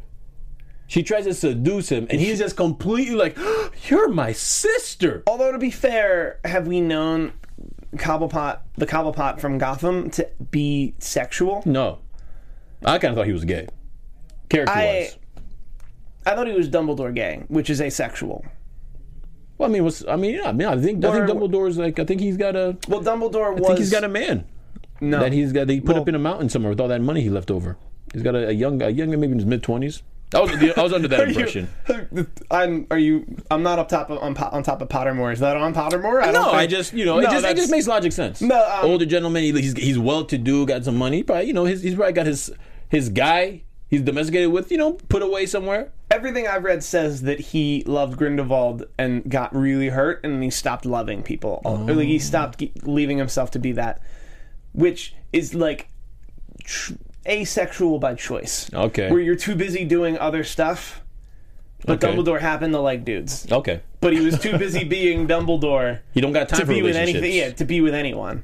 [SPEAKER 2] She tries to seduce him and he's just completely like (gasps) you're my sister. Oh,
[SPEAKER 4] Although to be fair, have we known Cobblepot, the Cobblepot from Gotham, to be sexual?
[SPEAKER 2] No. I kind of thought he was gay. Character
[SPEAKER 4] I
[SPEAKER 2] wise.
[SPEAKER 4] I thought he was Dumbledore gay, which is asexual.
[SPEAKER 2] Well, I mean, what's, I mean, yeah, I mean, I think I think
[SPEAKER 4] Or-
[SPEAKER 2] Dumbledore's like I think he's got a I
[SPEAKER 4] Well, Dumbledore was.
[SPEAKER 2] think he's got a man
[SPEAKER 4] no.
[SPEAKER 2] that he's got that he put up
[SPEAKER 4] Well-
[SPEAKER 2] in a mountain somewhere with all that money he left over. He's got a, a young a young maybe in his mid twenties. I was I was under that
[SPEAKER 4] (laughs) Are (laughs) you-
[SPEAKER 2] impression.
[SPEAKER 4] I'm. Are you? I'm not up top of, on, po- on top of Pottermore. Is that on Pottermore? I don't
[SPEAKER 2] No,
[SPEAKER 4] think-
[SPEAKER 2] I just you know
[SPEAKER 4] No,
[SPEAKER 2] it just it
[SPEAKER 4] that's-
[SPEAKER 2] just makes logic sense.
[SPEAKER 4] No, um,
[SPEAKER 2] older gentleman, he, he's he's well to do, got some money. Probably you know his, he's probably got his his guy he's domesticated with. You know, put away somewhere.
[SPEAKER 4] everything I've read says that he loved Grindelwald and got really hurt, and he stopped loving people, or like
[SPEAKER 2] Oh.
[SPEAKER 4] he stopped ge- leaving himself to be that, which is like tr- asexual by choice.
[SPEAKER 2] Okay.
[SPEAKER 4] where you're too busy doing other stuff. But
[SPEAKER 2] Okay.
[SPEAKER 4] Dumbledore happened to like dudes,
[SPEAKER 2] Okay,
[SPEAKER 4] but he was too busy
[SPEAKER 2] (laughs)
[SPEAKER 4] being Dumbledore
[SPEAKER 2] you don't got time
[SPEAKER 4] to
[SPEAKER 2] for
[SPEAKER 4] be with
[SPEAKER 2] relationships.
[SPEAKER 4] anything. Yeah, to be with anyone.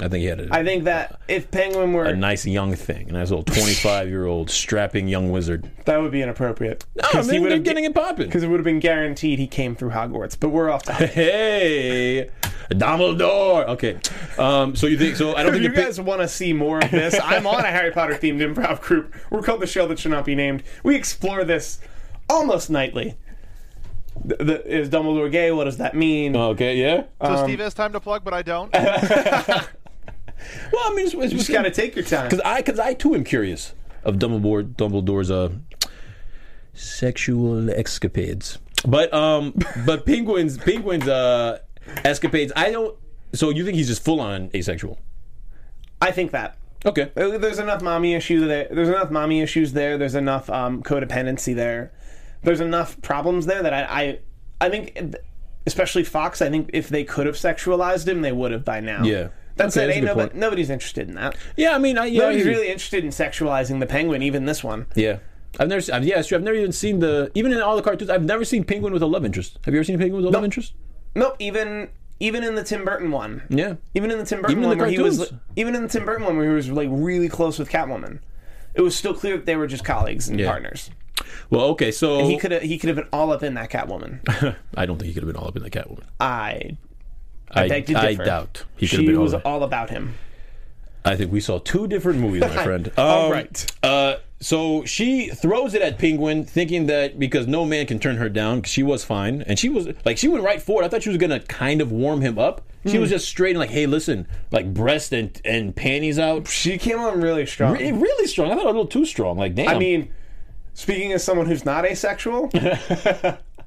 [SPEAKER 2] I think he had a
[SPEAKER 4] I think that if Penguin were,
[SPEAKER 2] a nice young thing, a nice
[SPEAKER 4] (laughs)
[SPEAKER 2] little twenty five year old strapping young wizard.
[SPEAKER 4] that would be inappropriate.
[SPEAKER 2] Oh, I
[SPEAKER 4] he
[SPEAKER 2] mean, they're
[SPEAKER 4] would've-
[SPEAKER 2] getting it popping.
[SPEAKER 4] Because it would have been guaranteed he came through Hogwarts. But we're off topic.
[SPEAKER 2] Hey, Dumbledore. Okay, um, so you think? So I don't
[SPEAKER 4] If
[SPEAKER 2] think
[SPEAKER 4] (laughs) you
[SPEAKER 2] you're
[SPEAKER 4] guys want to see more of this, I'm on a Harry Potter themed improv group. We're called The Shell That Should Not Be Named. We explore this almost nightly. The, the, is Dumbledore gay? What does that mean?
[SPEAKER 2] Okay, yeah.
[SPEAKER 5] (laughs)
[SPEAKER 4] Uh,
[SPEAKER 5] So Steve has time to plug, but I don't.
[SPEAKER 2] well, I mean, it's, it's
[SPEAKER 4] you just got to take your time.
[SPEAKER 2] because I because I too am curious of Dumbledore Dumbledore's uh sexual escapades. But um, but penguins penguins uh escapades. I don't. So you think he's just full on asexual?
[SPEAKER 4] I think that.
[SPEAKER 2] Okay.
[SPEAKER 4] Uh, There's enough mommy issue there. There's enough mommy issues there. There's enough um, codependency there. There's enough problems there that I, I, I think, especially Fox. I think if they could have sexualized him, they would have by now.
[SPEAKER 2] Yeah.
[SPEAKER 4] That's
[SPEAKER 2] Okay,
[SPEAKER 4] it.
[SPEAKER 2] that's a
[SPEAKER 4] Ain't
[SPEAKER 2] good
[SPEAKER 4] nobody,
[SPEAKER 2] point.
[SPEAKER 4] nobody's interested in that.
[SPEAKER 2] Yeah, I mean, I, yeah,
[SPEAKER 4] Nobody's
[SPEAKER 2] he-
[SPEAKER 4] really interested in sexualizing the penguin, even this one.
[SPEAKER 2] Yeah. I've never seen, I've, yeah, it's true. I've never even seen the, even in all the cartoons, I've never seen Penguin with a love interest. Have you ever seen Penguin with a love interest?
[SPEAKER 4] Nope, even even in the Tim Burton one.
[SPEAKER 2] Yeah.
[SPEAKER 4] Even in the Tim Burton
[SPEAKER 2] Even in
[SPEAKER 4] one
[SPEAKER 2] the
[SPEAKER 4] where he was
[SPEAKER 2] cartoons.
[SPEAKER 4] even in the Tim Burton one where he was like really close with Catwoman. It was still clear that they were just colleagues and
[SPEAKER 2] Yeah.
[SPEAKER 4] partners.
[SPEAKER 2] Well, okay, so.
[SPEAKER 4] He could have he could have been all up in that
[SPEAKER 2] (laughs)
[SPEAKER 4] Catwoman.
[SPEAKER 2] I don't think he could have been all up in the Catwoman.
[SPEAKER 4] I
[SPEAKER 2] I,
[SPEAKER 4] beg to
[SPEAKER 2] I
[SPEAKER 4] differ.
[SPEAKER 2] doubt he could have
[SPEAKER 4] she
[SPEAKER 2] been all.
[SPEAKER 4] was all about him.
[SPEAKER 2] I think we saw two different movies,
[SPEAKER 4] (laughs)
[SPEAKER 2] my friend. Um,
[SPEAKER 4] All right.
[SPEAKER 2] Uh, so she throws it at Penguin, thinking that because no man can turn her down, 'cause she was fine, and she was like she went right for it. I thought she was gonna kind of warm him up. She
[SPEAKER 4] Hmm.
[SPEAKER 2] was just straight and like, hey, listen, like breast and and panties out.
[SPEAKER 4] She came on really strong.
[SPEAKER 2] Re- really strong. I thought a little too strong. Like damn.
[SPEAKER 4] I mean, speaking as someone who's not asexual,
[SPEAKER 2] (laughs)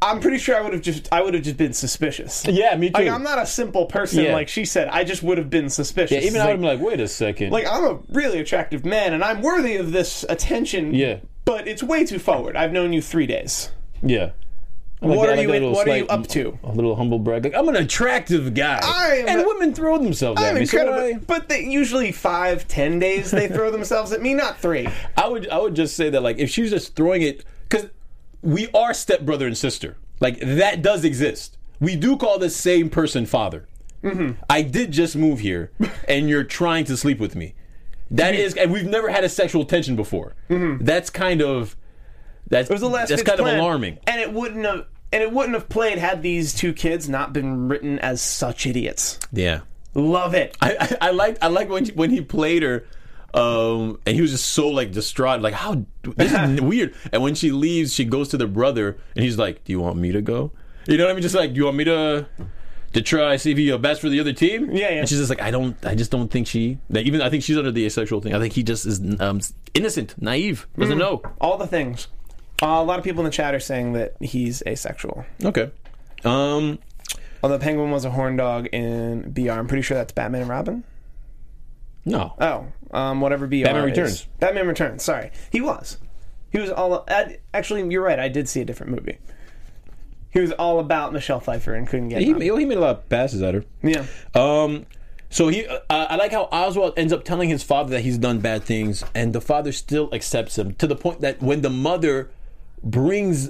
[SPEAKER 4] I'm pretty sure I would have just I would have just been suspicious.
[SPEAKER 2] yeah, me too.
[SPEAKER 4] Like I'm not a simple person
[SPEAKER 2] Yeah.
[SPEAKER 4] like she said. I just would have been suspicious.
[SPEAKER 2] yeah, even
[SPEAKER 4] It's
[SPEAKER 2] I would
[SPEAKER 4] like,
[SPEAKER 2] have been like, wait a second.
[SPEAKER 4] like I'm a really attractive man and I'm worthy of this attention.
[SPEAKER 2] Yeah.
[SPEAKER 4] But it's way too forward. I've known you three days.
[SPEAKER 2] yeah. I'm
[SPEAKER 4] What
[SPEAKER 2] that,
[SPEAKER 4] are
[SPEAKER 2] like
[SPEAKER 4] you
[SPEAKER 2] a
[SPEAKER 4] in-
[SPEAKER 2] little
[SPEAKER 4] what are you
[SPEAKER 2] slight-
[SPEAKER 4] up to?
[SPEAKER 2] A little humble brag. Like I'm an attractive guy,
[SPEAKER 4] I am
[SPEAKER 2] and
[SPEAKER 4] a-
[SPEAKER 2] women throw themselves at
[SPEAKER 4] I'm
[SPEAKER 2] me.
[SPEAKER 4] incredible.
[SPEAKER 2] So why-
[SPEAKER 4] But they, usually five, ten days
[SPEAKER 2] (laughs)
[SPEAKER 4] they throw themselves at me, not three.
[SPEAKER 2] I would I would just say that like if she was just throwing it because we are stepbrother and sister like that does exist. We do call the same person father.
[SPEAKER 4] Mm-hmm.
[SPEAKER 2] I did just move
[SPEAKER 4] (laughs)
[SPEAKER 2] here, and you're trying to sleep with me. That
[SPEAKER 4] Mm-hmm.
[SPEAKER 2] is, and we've never had a sexual tension before. That's kind of that's
[SPEAKER 4] It was the last.
[SPEAKER 2] that's
[SPEAKER 4] ditch
[SPEAKER 2] kind
[SPEAKER 4] plan,
[SPEAKER 2] of alarming.
[SPEAKER 4] And it wouldn't have. And it wouldn't have played had these two kids not been written as such idiots.
[SPEAKER 2] Yeah,
[SPEAKER 4] Love it.
[SPEAKER 2] I I, I like I like when she- when he played her. Um, and he was just so like distraught, like how this (laughs) is weird. And when she leaves, she goes to the brother, and he's like, "Do you want me to go?" You know what I mean? Just like, "Do you want me to to try see if you're best for the other team?"
[SPEAKER 4] Yeah, yeah.
[SPEAKER 2] And she's just like, "I don't, I just don't think she that even I think she's under the asexual thing. I think he just is um, innocent, naive, doesn't know."
[SPEAKER 4] All the things. Uh, a lot of people in the chat are saying that he's asexual.
[SPEAKER 2] Okay. Um,
[SPEAKER 4] Although Penguin was a horn dog in BR. I'm pretty sure that's Batman and Robin.
[SPEAKER 2] No.
[SPEAKER 4] Oh, um, whatever BR.
[SPEAKER 2] Batman
[SPEAKER 4] is.
[SPEAKER 2] Returns.
[SPEAKER 4] Batman Returns. Sorry, he was. He was all. I, actually, you're right. I did see a different movie. He was all about Michelle Pfeiffer and couldn't get.
[SPEAKER 2] he,
[SPEAKER 4] none.
[SPEAKER 2] he made a lot of passes at her.
[SPEAKER 4] yeah.
[SPEAKER 2] Um, so he, uh, I like how Oswald ends up telling his father that he's done bad things, and the father still accepts him to the point that when the mother brings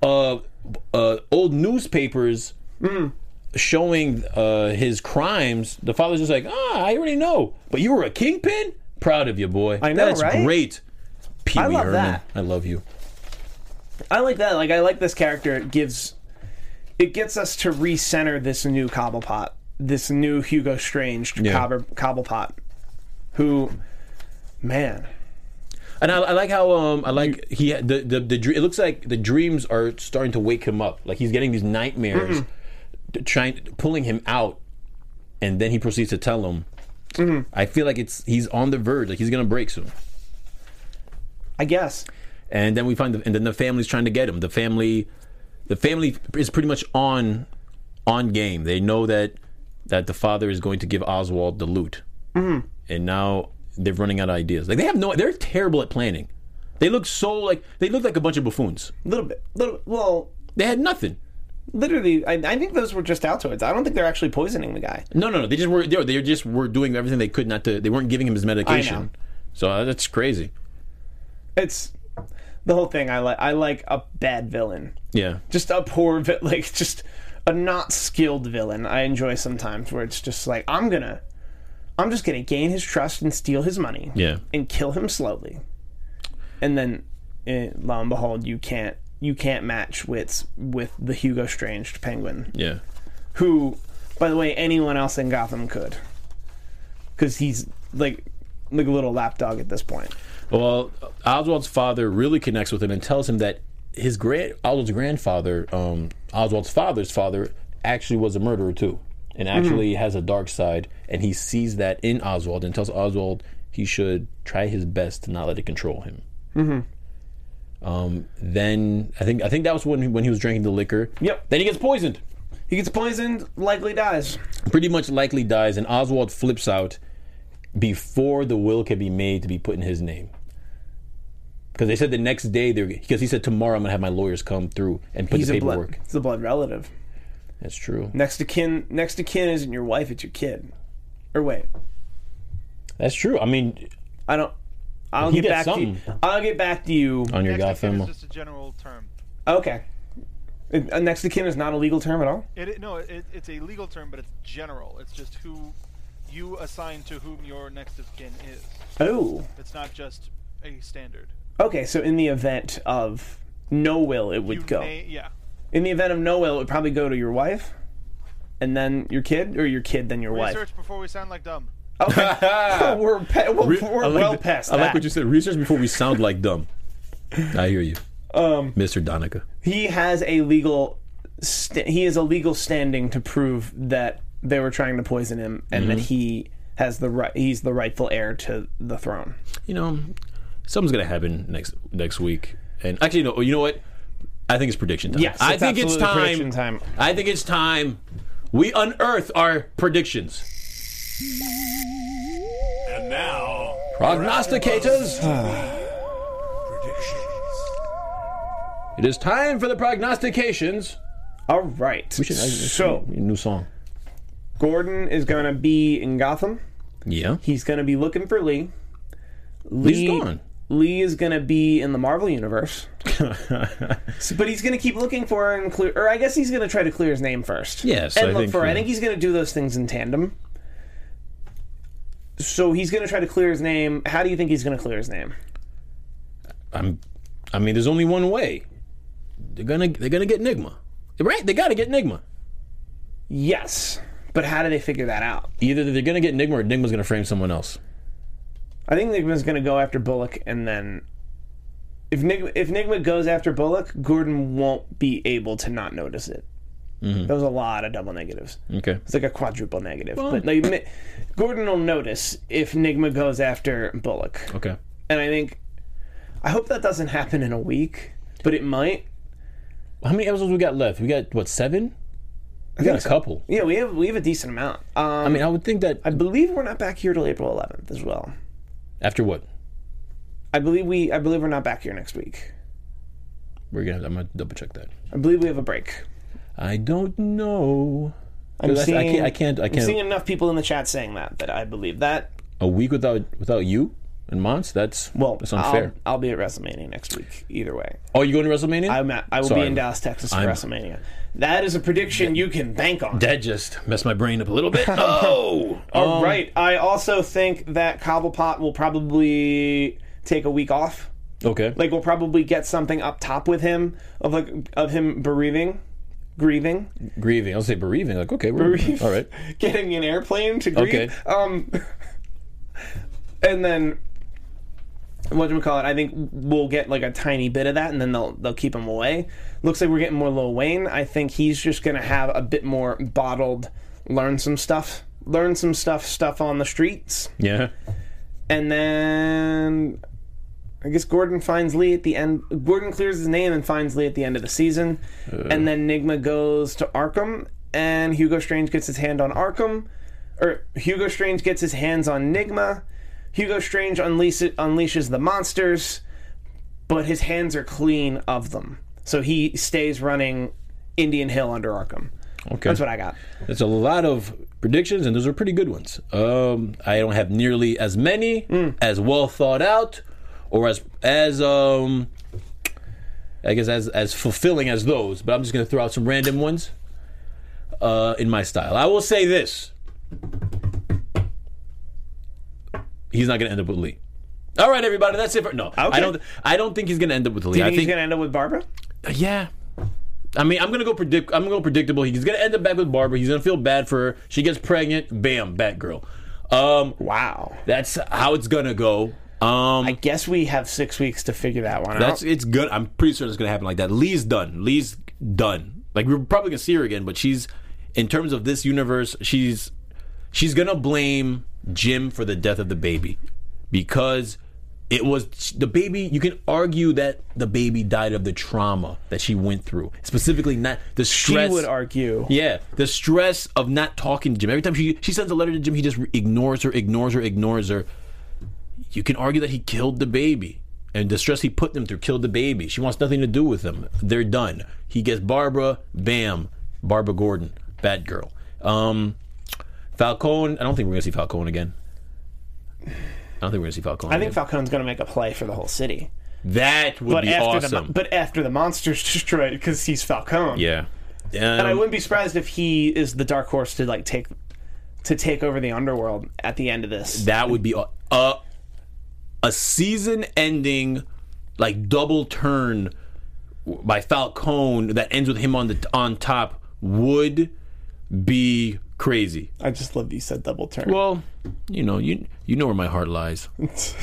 [SPEAKER 2] uh, uh, old newspapers
[SPEAKER 4] Hmm.
[SPEAKER 2] showing uh, his crimes, the father's just like, ah, I already know, but you were a kingpin. Proud of you, boy.
[SPEAKER 4] I know,
[SPEAKER 2] That's
[SPEAKER 4] right?
[SPEAKER 2] great. Pee Wee
[SPEAKER 4] I love
[SPEAKER 2] Herman,
[SPEAKER 4] that.
[SPEAKER 2] I love you.
[SPEAKER 4] I like that. Like I like this character. It gives it gets us to recenter this new Cobblepot, this new Hugo Strange
[SPEAKER 2] Yeah.
[SPEAKER 4] Cobber, Cobblepot, who, man,
[SPEAKER 2] And I, I like how um I like he had the, the the dr- it looks like the dreams are starting to wake him up. Like he's getting these nightmares, t- trying pulling him out, and then he proceeds to tell him. I feel like it's he's on the verge, like he's gonna break soon.
[SPEAKER 4] I guess
[SPEAKER 2] And then we find the, and then the family's trying to get him. The family, the family is pretty much on on game. They know that that the father is going to give Oswald the loot,
[SPEAKER 4] Mm-hmm.
[SPEAKER 2] and now they're running out of ideas. Like they have no, they're terrible at planning. They look so like they look like a bunch of buffoons.
[SPEAKER 4] a little bit, little well.
[SPEAKER 2] They had nothing.
[SPEAKER 4] Literally, I, I think those were just Altoids. I don't think they're actually poisoning the guy.
[SPEAKER 2] No, no, no. They just were. They, were, they just were doing everything they could not to. They weren't giving him his
[SPEAKER 4] I know.
[SPEAKER 2] medication. So uh, that's crazy.
[SPEAKER 4] It's the whole thing. I like. I like a bad villain,
[SPEAKER 2] Yeah.
[SPEAKER 4] just a poor, vi- (laughs) like just a not skilled villain. I enjoy sometimes where it's just like I'm gonna, I'm just gonna gain his trust and steal his money.
[SPEAKER 2] Yeah.
[SPEAKER 4] and kill him slowly. And then, eh, lo and behold, you can't you can't match wits with the Hugo Strange Penguin,
[SPEAKER 2] Yeah.
[SPEAKER 4] who, by the way, anyone else in Gotham could, because he's like like a little lapdog at this point.
[SPEAKER 2] Well, Oswald's father really connects with him and tells him that his grand Oswald's grandfather, um, Oswald's father's father, actually was a murderer too, and actually has a dark side, and he sees that in Oswald and tells Oswald he should try his best to not let it control him. Mm-hmm. Um, then I think I think that was when he, when he was drinking the liquor.
[SPEAKER 4] Yep.
[SPEAKER 2] Then he gets poisoned.
[SPEAKER 4] He gets poisoned, likely dies.
[SPEAKER 2] Pretty much likely dies, and Oswald flips out before the will can be made to be put in his name. Because they said the next day they're because he said tomorrow I'm gonna have my lawyers come through and put
[SPEAKER 4] He's
[SPEAKER 2] the
[SPEAKER 4] a blood.
[SPEAKER 2] paperwork.
[SPEAKER 4] He's a blood relative.
[SPEAKER 2] That's true.
[SPEAKER 4] Next to kin. Next to kin isn't your wife; it's your kid. Or wait,
[SPEAKER 2] That's true. I mean,
[SPEAKER 4] I don't. I'll
[SPEAKER 2] He
[SPEAKER 4] get
[SPEAKER 2] did
[SPEAKER 4] back to you.
[SPEAKER 2] something.
[SPEAKER 4] I'll get back to you.
[SPEAKER 2] on your
[SPEAKER 5] Next of kin
[SPEAKER 2] Gotham.
[SPEAKER 5] is just a general term.
[SPEAKER 4] Okay. Uh, Next to kin is not a legal term at all.
[SPEAKER 5] It, it- no, it, it's a legal term, but it's general. It's just who you assign to whom your next of kin is.
[SPEAKER 4] Oh.
[SPEAKER 5] It's not just a standard.
[SPEAKER 4] Okay, so in the event of no will, it would
[SPEAKER 5] You
[SPEAKER 4] go.
[SPEAKER 5] may- yeah.
[SPEAKER 4] In the event of no will, it would probably go to your wife, and then your kid, or your kid, then your wife.
[SPEAKER 5] Research before we sound like dumb.
[SPEAKER 4] Oh, (laughs) we're pe- well, we're
[SPEAKER 2] I like
[SPEAKER 4] well
[SPEAKER 2] the-
[SPEAKER 4] past
[SPEAKER 2] I
[SPEAKER 4] that.
[SPEAKER 2] like what you said. Research before we sound like dumb. I hear you, um, Mr. Donica.
[SPEAKER 4] He has a legal. St- he is a legal standing to prove that they were trying to poison him, and that
[SPEAKER 2] Mm-hmm.
[SPEAKER 4] he has the right. He's the rightful heir to the throne.
[SPEAKER 2] You know, something's gonna happen next next week. And actually, no. You know what? I think it's prediction time.
[SPEAKER 4] Yes,
[SPEAKER 2] I
[SPEAKER 4] it's
[SPEAKER 2] think it's
[SPEAKER 4] absolutely
[SPEAKER 2] time.
[SPEAKER 4] prediction time.
[SPEAKER 2] I think it's time we unearth our predictions.
[SPEAKER 3] And now,
[SPEAKER 2] (sighs) Prognosticators!
[SPEAKER 3] predictions.
[SPEAKER 2] It is time for the prognostications.
[SPEAKER 4] All right. so
[SPEAKER 2] new song.
[SPEAKER 4] Gordon is gonna be in Gotham.
[SPEAKER 2] Yeah,
[SPEAKER 4] He's gonna be looking for Lee.
[SPEAKER 2] he's gone.
[SPEAKER 4] Lee is going to be in the Marvel universe, So- but he's going to keep looking for her and clear. Or I guess he's going to try to clear his name first.
[SPEAKER 2] Yes,
[SPEAKER 4] and
[SPEAKER 2] I
[SPEAKER 4] look
[SPEAKER 2] think,
[SPEAKER 4] for. Her. I
[SPEAKER 2] yeah.
[SPEAKER 4] think he's going to do those things in tandem. So he's going to try to clear his name. How do you think he's going to clear his name?
[SPEAKER 2] (laughs) I'm. I mean, there's only one way. They're gonna. They're gonna get Nigma. Right? They gotta get Nigma.
[SPEAKER 4] Yes, but how do they figure that out?
[SPEAKER 2] Either they're gonna get Nigma or Nigma's gonna frame someone else.
[SPEAKER 4] I think Nigma's going to go after Bullock, and then if Nigma, if Nigma goes after Bullock, Gordon won't be able to not notice it.
[SPEAKER 2] Mm-hmm.
[SPEAKER 4] That was a lot of double negatives.
[SPEAKER 2] Okay.
[SPEAKER 4] It's like a quadruple negative. but like, Ni- Gordon will notice if Nigma goes after Bullock,
[SPEAKER 2] Okay.
[SPEAKER 4] and I think I hope that doesn't happen in a week, but it might.
[SPEAKER 2] How many episodes we got left? We got what seven? We got a couple.
[SPEAKER 4] Yeah, we have we have a decent amount. Um,
[SPEAKER 2] I mean, I would think that
[SPEAKER 4] I believe we're not back here till April 11th as well.
[SPEAKER 2] after what
[SPEAKER 4] I believe we I believe we're not back here next week.
[SPEAKER 2] we're gonna. Have, I'm gonna double check that.
[SPEAKER 4] I believe we have a break.
[SPEAKER 2] I don't know.
[SPEAKER 4] I'm
[SPEAKER 2] That's- I
[SPEAKER 4] seeing-
[SPEAKER 2] can't. I can't. I
[SPEAKER 4] I'm seeing
[SPEAKER 2] can't.
[SPEAKER 4] enough people in the chat saying that that I believe that.
[SPEAKER 2] A week without without you and Mons. That's
[SPEAKER 4] Well,
[SPEAKER 2] that's unfair.
[SPEAKER 4] I'll, I'll be at WrestleMania next week. Either way,
[SPEAKER 2] oh, you going to WrestleMania?
[SPEAKER 4] I'm at, I will
[SPEAKER 2] Sorry.
[SPEAKER 4] be in Dallas, Texas for
[SPEAKER 2] I'm-
[SPEAKER 4] WrestleMania. That is a prediction you can bank on.
[SPEAKER 2] That just messed my brain up a little bit.
[SPEAKER 4] (laughs)
[SPEAKER 2] Oh,
[SPEAKER 4] All right. I also think that Cobblepot will probably take a week off.
[SPEAKER 2] (laughs) Okay.
[SPEAKER 4] Like we'll probably get something up top with him of like of him bereaving, grieving, (laughs)
[SPEAKER 2] grieving. I'll say bereaving. Like okay, we're
[SPEAKER 4] Bereave.
[SPEAKER 2] all right.
[SPEAKER 4] getting an airplane to grieve.
[SPEAKER 2] Okay.
[SPEAKER 4] Um, and then what do we call it? I think we'll get like a tiny bit of that, and then they'll they'll keep him away. Looks like we're getting more Lil Wayne. I think he's just gonna have a bit more bottled, learn some stuff, learn some stuff, stuff on the streets.
[SPEAKER 2] (laughs) Yeah.
[SPEAKER 4] And then I guess Gordon finds Lee at the end. Gordon clears his name and finds Lee at the end of the season. and then Nigma goes to Arkham, and Hugo Strange gets his hand on Arkham, or Hugo Strange gets his hands on Nigma. Hugo Strange unleashes, unleashes the monsters, but his hands are clean of them, so he stays running Indian Hill under Arkham.
[SPEAKER 2] Okay.
[SPEAKER 4] That's what I got.
[SPEAKER 2] There's a lot of predictions, and those are pretty good ones. Um, I don't have nearly as many
[SPEAKER 4] Hmm.
[SPEAKER 2] as well thought out, or as as um, I guess as as fulfilling as those. But I'm just gonna throw out some random ones uh, in my style. I will say this: he's not gonna end up with Lee. All right, everybody, that's it for no. I
[SPEAKER 4] Okay.
[SPEAKER 2] don't. I don't think he's gonna end up with Lee.
[SPEAKER 4] You
[SPEAKER 2] I
[SPEAKER 4] think he's
[SPEAKER 2] think
[SPEAKER 4] gonna end up with Barbara?
[SPEAKER 2] yeah. I mean, I'm gonna go predict. I'm gonna go predictable. He's gonna end up back with Barbara. He's gonna feel bad for her. She gets pregnant. Bam, Batgirl. Um,
[SPEAKER 4] Wow.
[SPEAKER 2] that's how it's gonna go. Um,
[SPEAKER 4] I guess we have six weeks to figure that one
[SPEAKER 2] that's
[SPEAKER 4] out.
[SPEAKER 2] it's good. I'm pretty sure it's gonna happen like that. Lee's done. Lee's done. Like we're probably gonna see her again, but she's in terms of this universe, she's she's gonna blame Jim for the death of the baby because it was the baby. You can argue that the baby died of the trauma that she went through, specifically not the stress.
[SPEAKER 4] She would argue.
[SPEAKER 2] Yeah, the stress of not talking to Jim. Every time she she sends a letter to Jim, he just ignores her, ignores her, ignores her. You can argue that he killed the baby, and the stress he put them through killed the baby. She wants nothing to do with him. They're done. He gets Barbara. Bam, Barbara Gordon, bad girl. Um, Falcone. I don't think we're gonna see Falcone again. I don't think we're gonna see Falcone.
[SPEAKER 4] I think Falcone's going to make a play for the whole city.
[SPEAKER 2] that would
[SPEAKER 4] But
[SPEAKER 2] be
[SPEAKER 4] after
[SPEAKER 2] awesome.
[SPEAKER 4] the but after the monsters (laughs) destroyed, because he's Falcone.
[SPEAKER 2] yeah, Um,
[SPEAKER 4] And I wouldn't be surprised if he is the dark horse to like take to take over the underworld at the end of this.
[SPEAKER 2] That would be a a, a season ending like double turn by Falcone that ends with him on the on top would be crazy.
[SPEAKER 4] I just love that you said double turn.
[SPEAKER 2] Well, you know, you you know where my heart lies. There's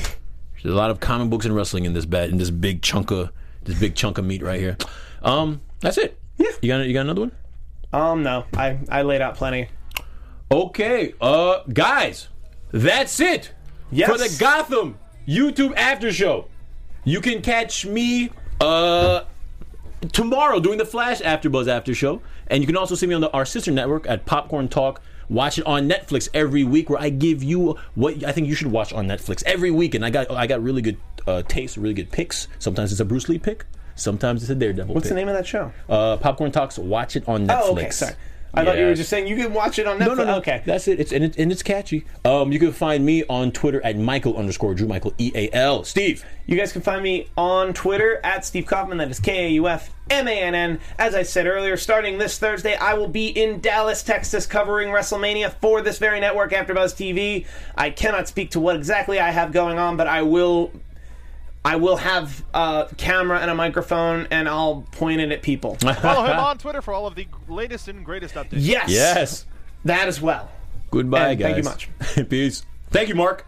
[SPEAKER 2] a lot of comic books and wrestling in this bad in this big chunk of this big chunk of meat right here. Um, that's it. Yeah. You got you got another one?
[SPEAKER 4] um, no, I I laid out plenty.
[SPEAKER 2] Okay, uh, guys, that's it
[SPEAKER 4] Yes.
[SPEAKER 2] for the Gotham YouTube After Show. You can catch me uh, tomorrow doing the Flash After Buzz After Show, and you can also see me on the, our sister network at Popcorn Talk. Watch it on Netflix every week, where I give you what I think you should watch on Netflix every week. And I got I got really good uh, taste, really good picks. Sometimes it's a Bruce Lee pick, sometimes it's a Daredevil.
[SPEAKER 4] What's the name of that show?
[SPEAKER 2] Uh, Popcorn Talks. Watch it on Netflix.
[SPEAKER 4] oh, okay, sorry. I thought you
[SPEAKER 2] Yeah.
[SPEAKER 4] were just saying you can watch it on Netflix.
[SPEAKER 2] No, no, no.
[SPEAKER 4] Okay.
[SPEAKER 2] That's it. It's and, it, and it's catchy. Um, you can find me on Twitter at Michael underscore Drew Michael E A L. Steve.
[SPEAKER 4] You guys can find me on Twitter at Steve Kaufman. That is K A U F M A N N. As I said earlier, starting this Thursday, I will be in Dallas, Texas, covering WrestleMania for this very network, AfterBuzz TV. I cannot speak to what exactly I have going on, but I will. I will have a camera and a microphone, and I'll point it at people.
[SPEAKER 5] Follow him on Twitter for all of the latest and greatest updates.
[SPEAKER 4] Yes, that as well.
[SPEAKER 2] Goodbye,
[SPEAKER 4] And
[SPEAKER 2] guys.
[SPEAKER 4] thank you (laughs)
[SPEAKER 2] much. Peace. Thank you, Mark.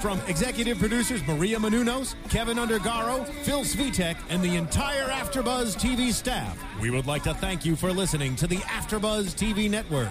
[SPEAKER 3] From executive producers Maria Manunos, Kevin Undergaro, Phil Svitek, and the entire AfterBuzz TV staff, we would like to thank you for listening to the AfterBuzz TV network.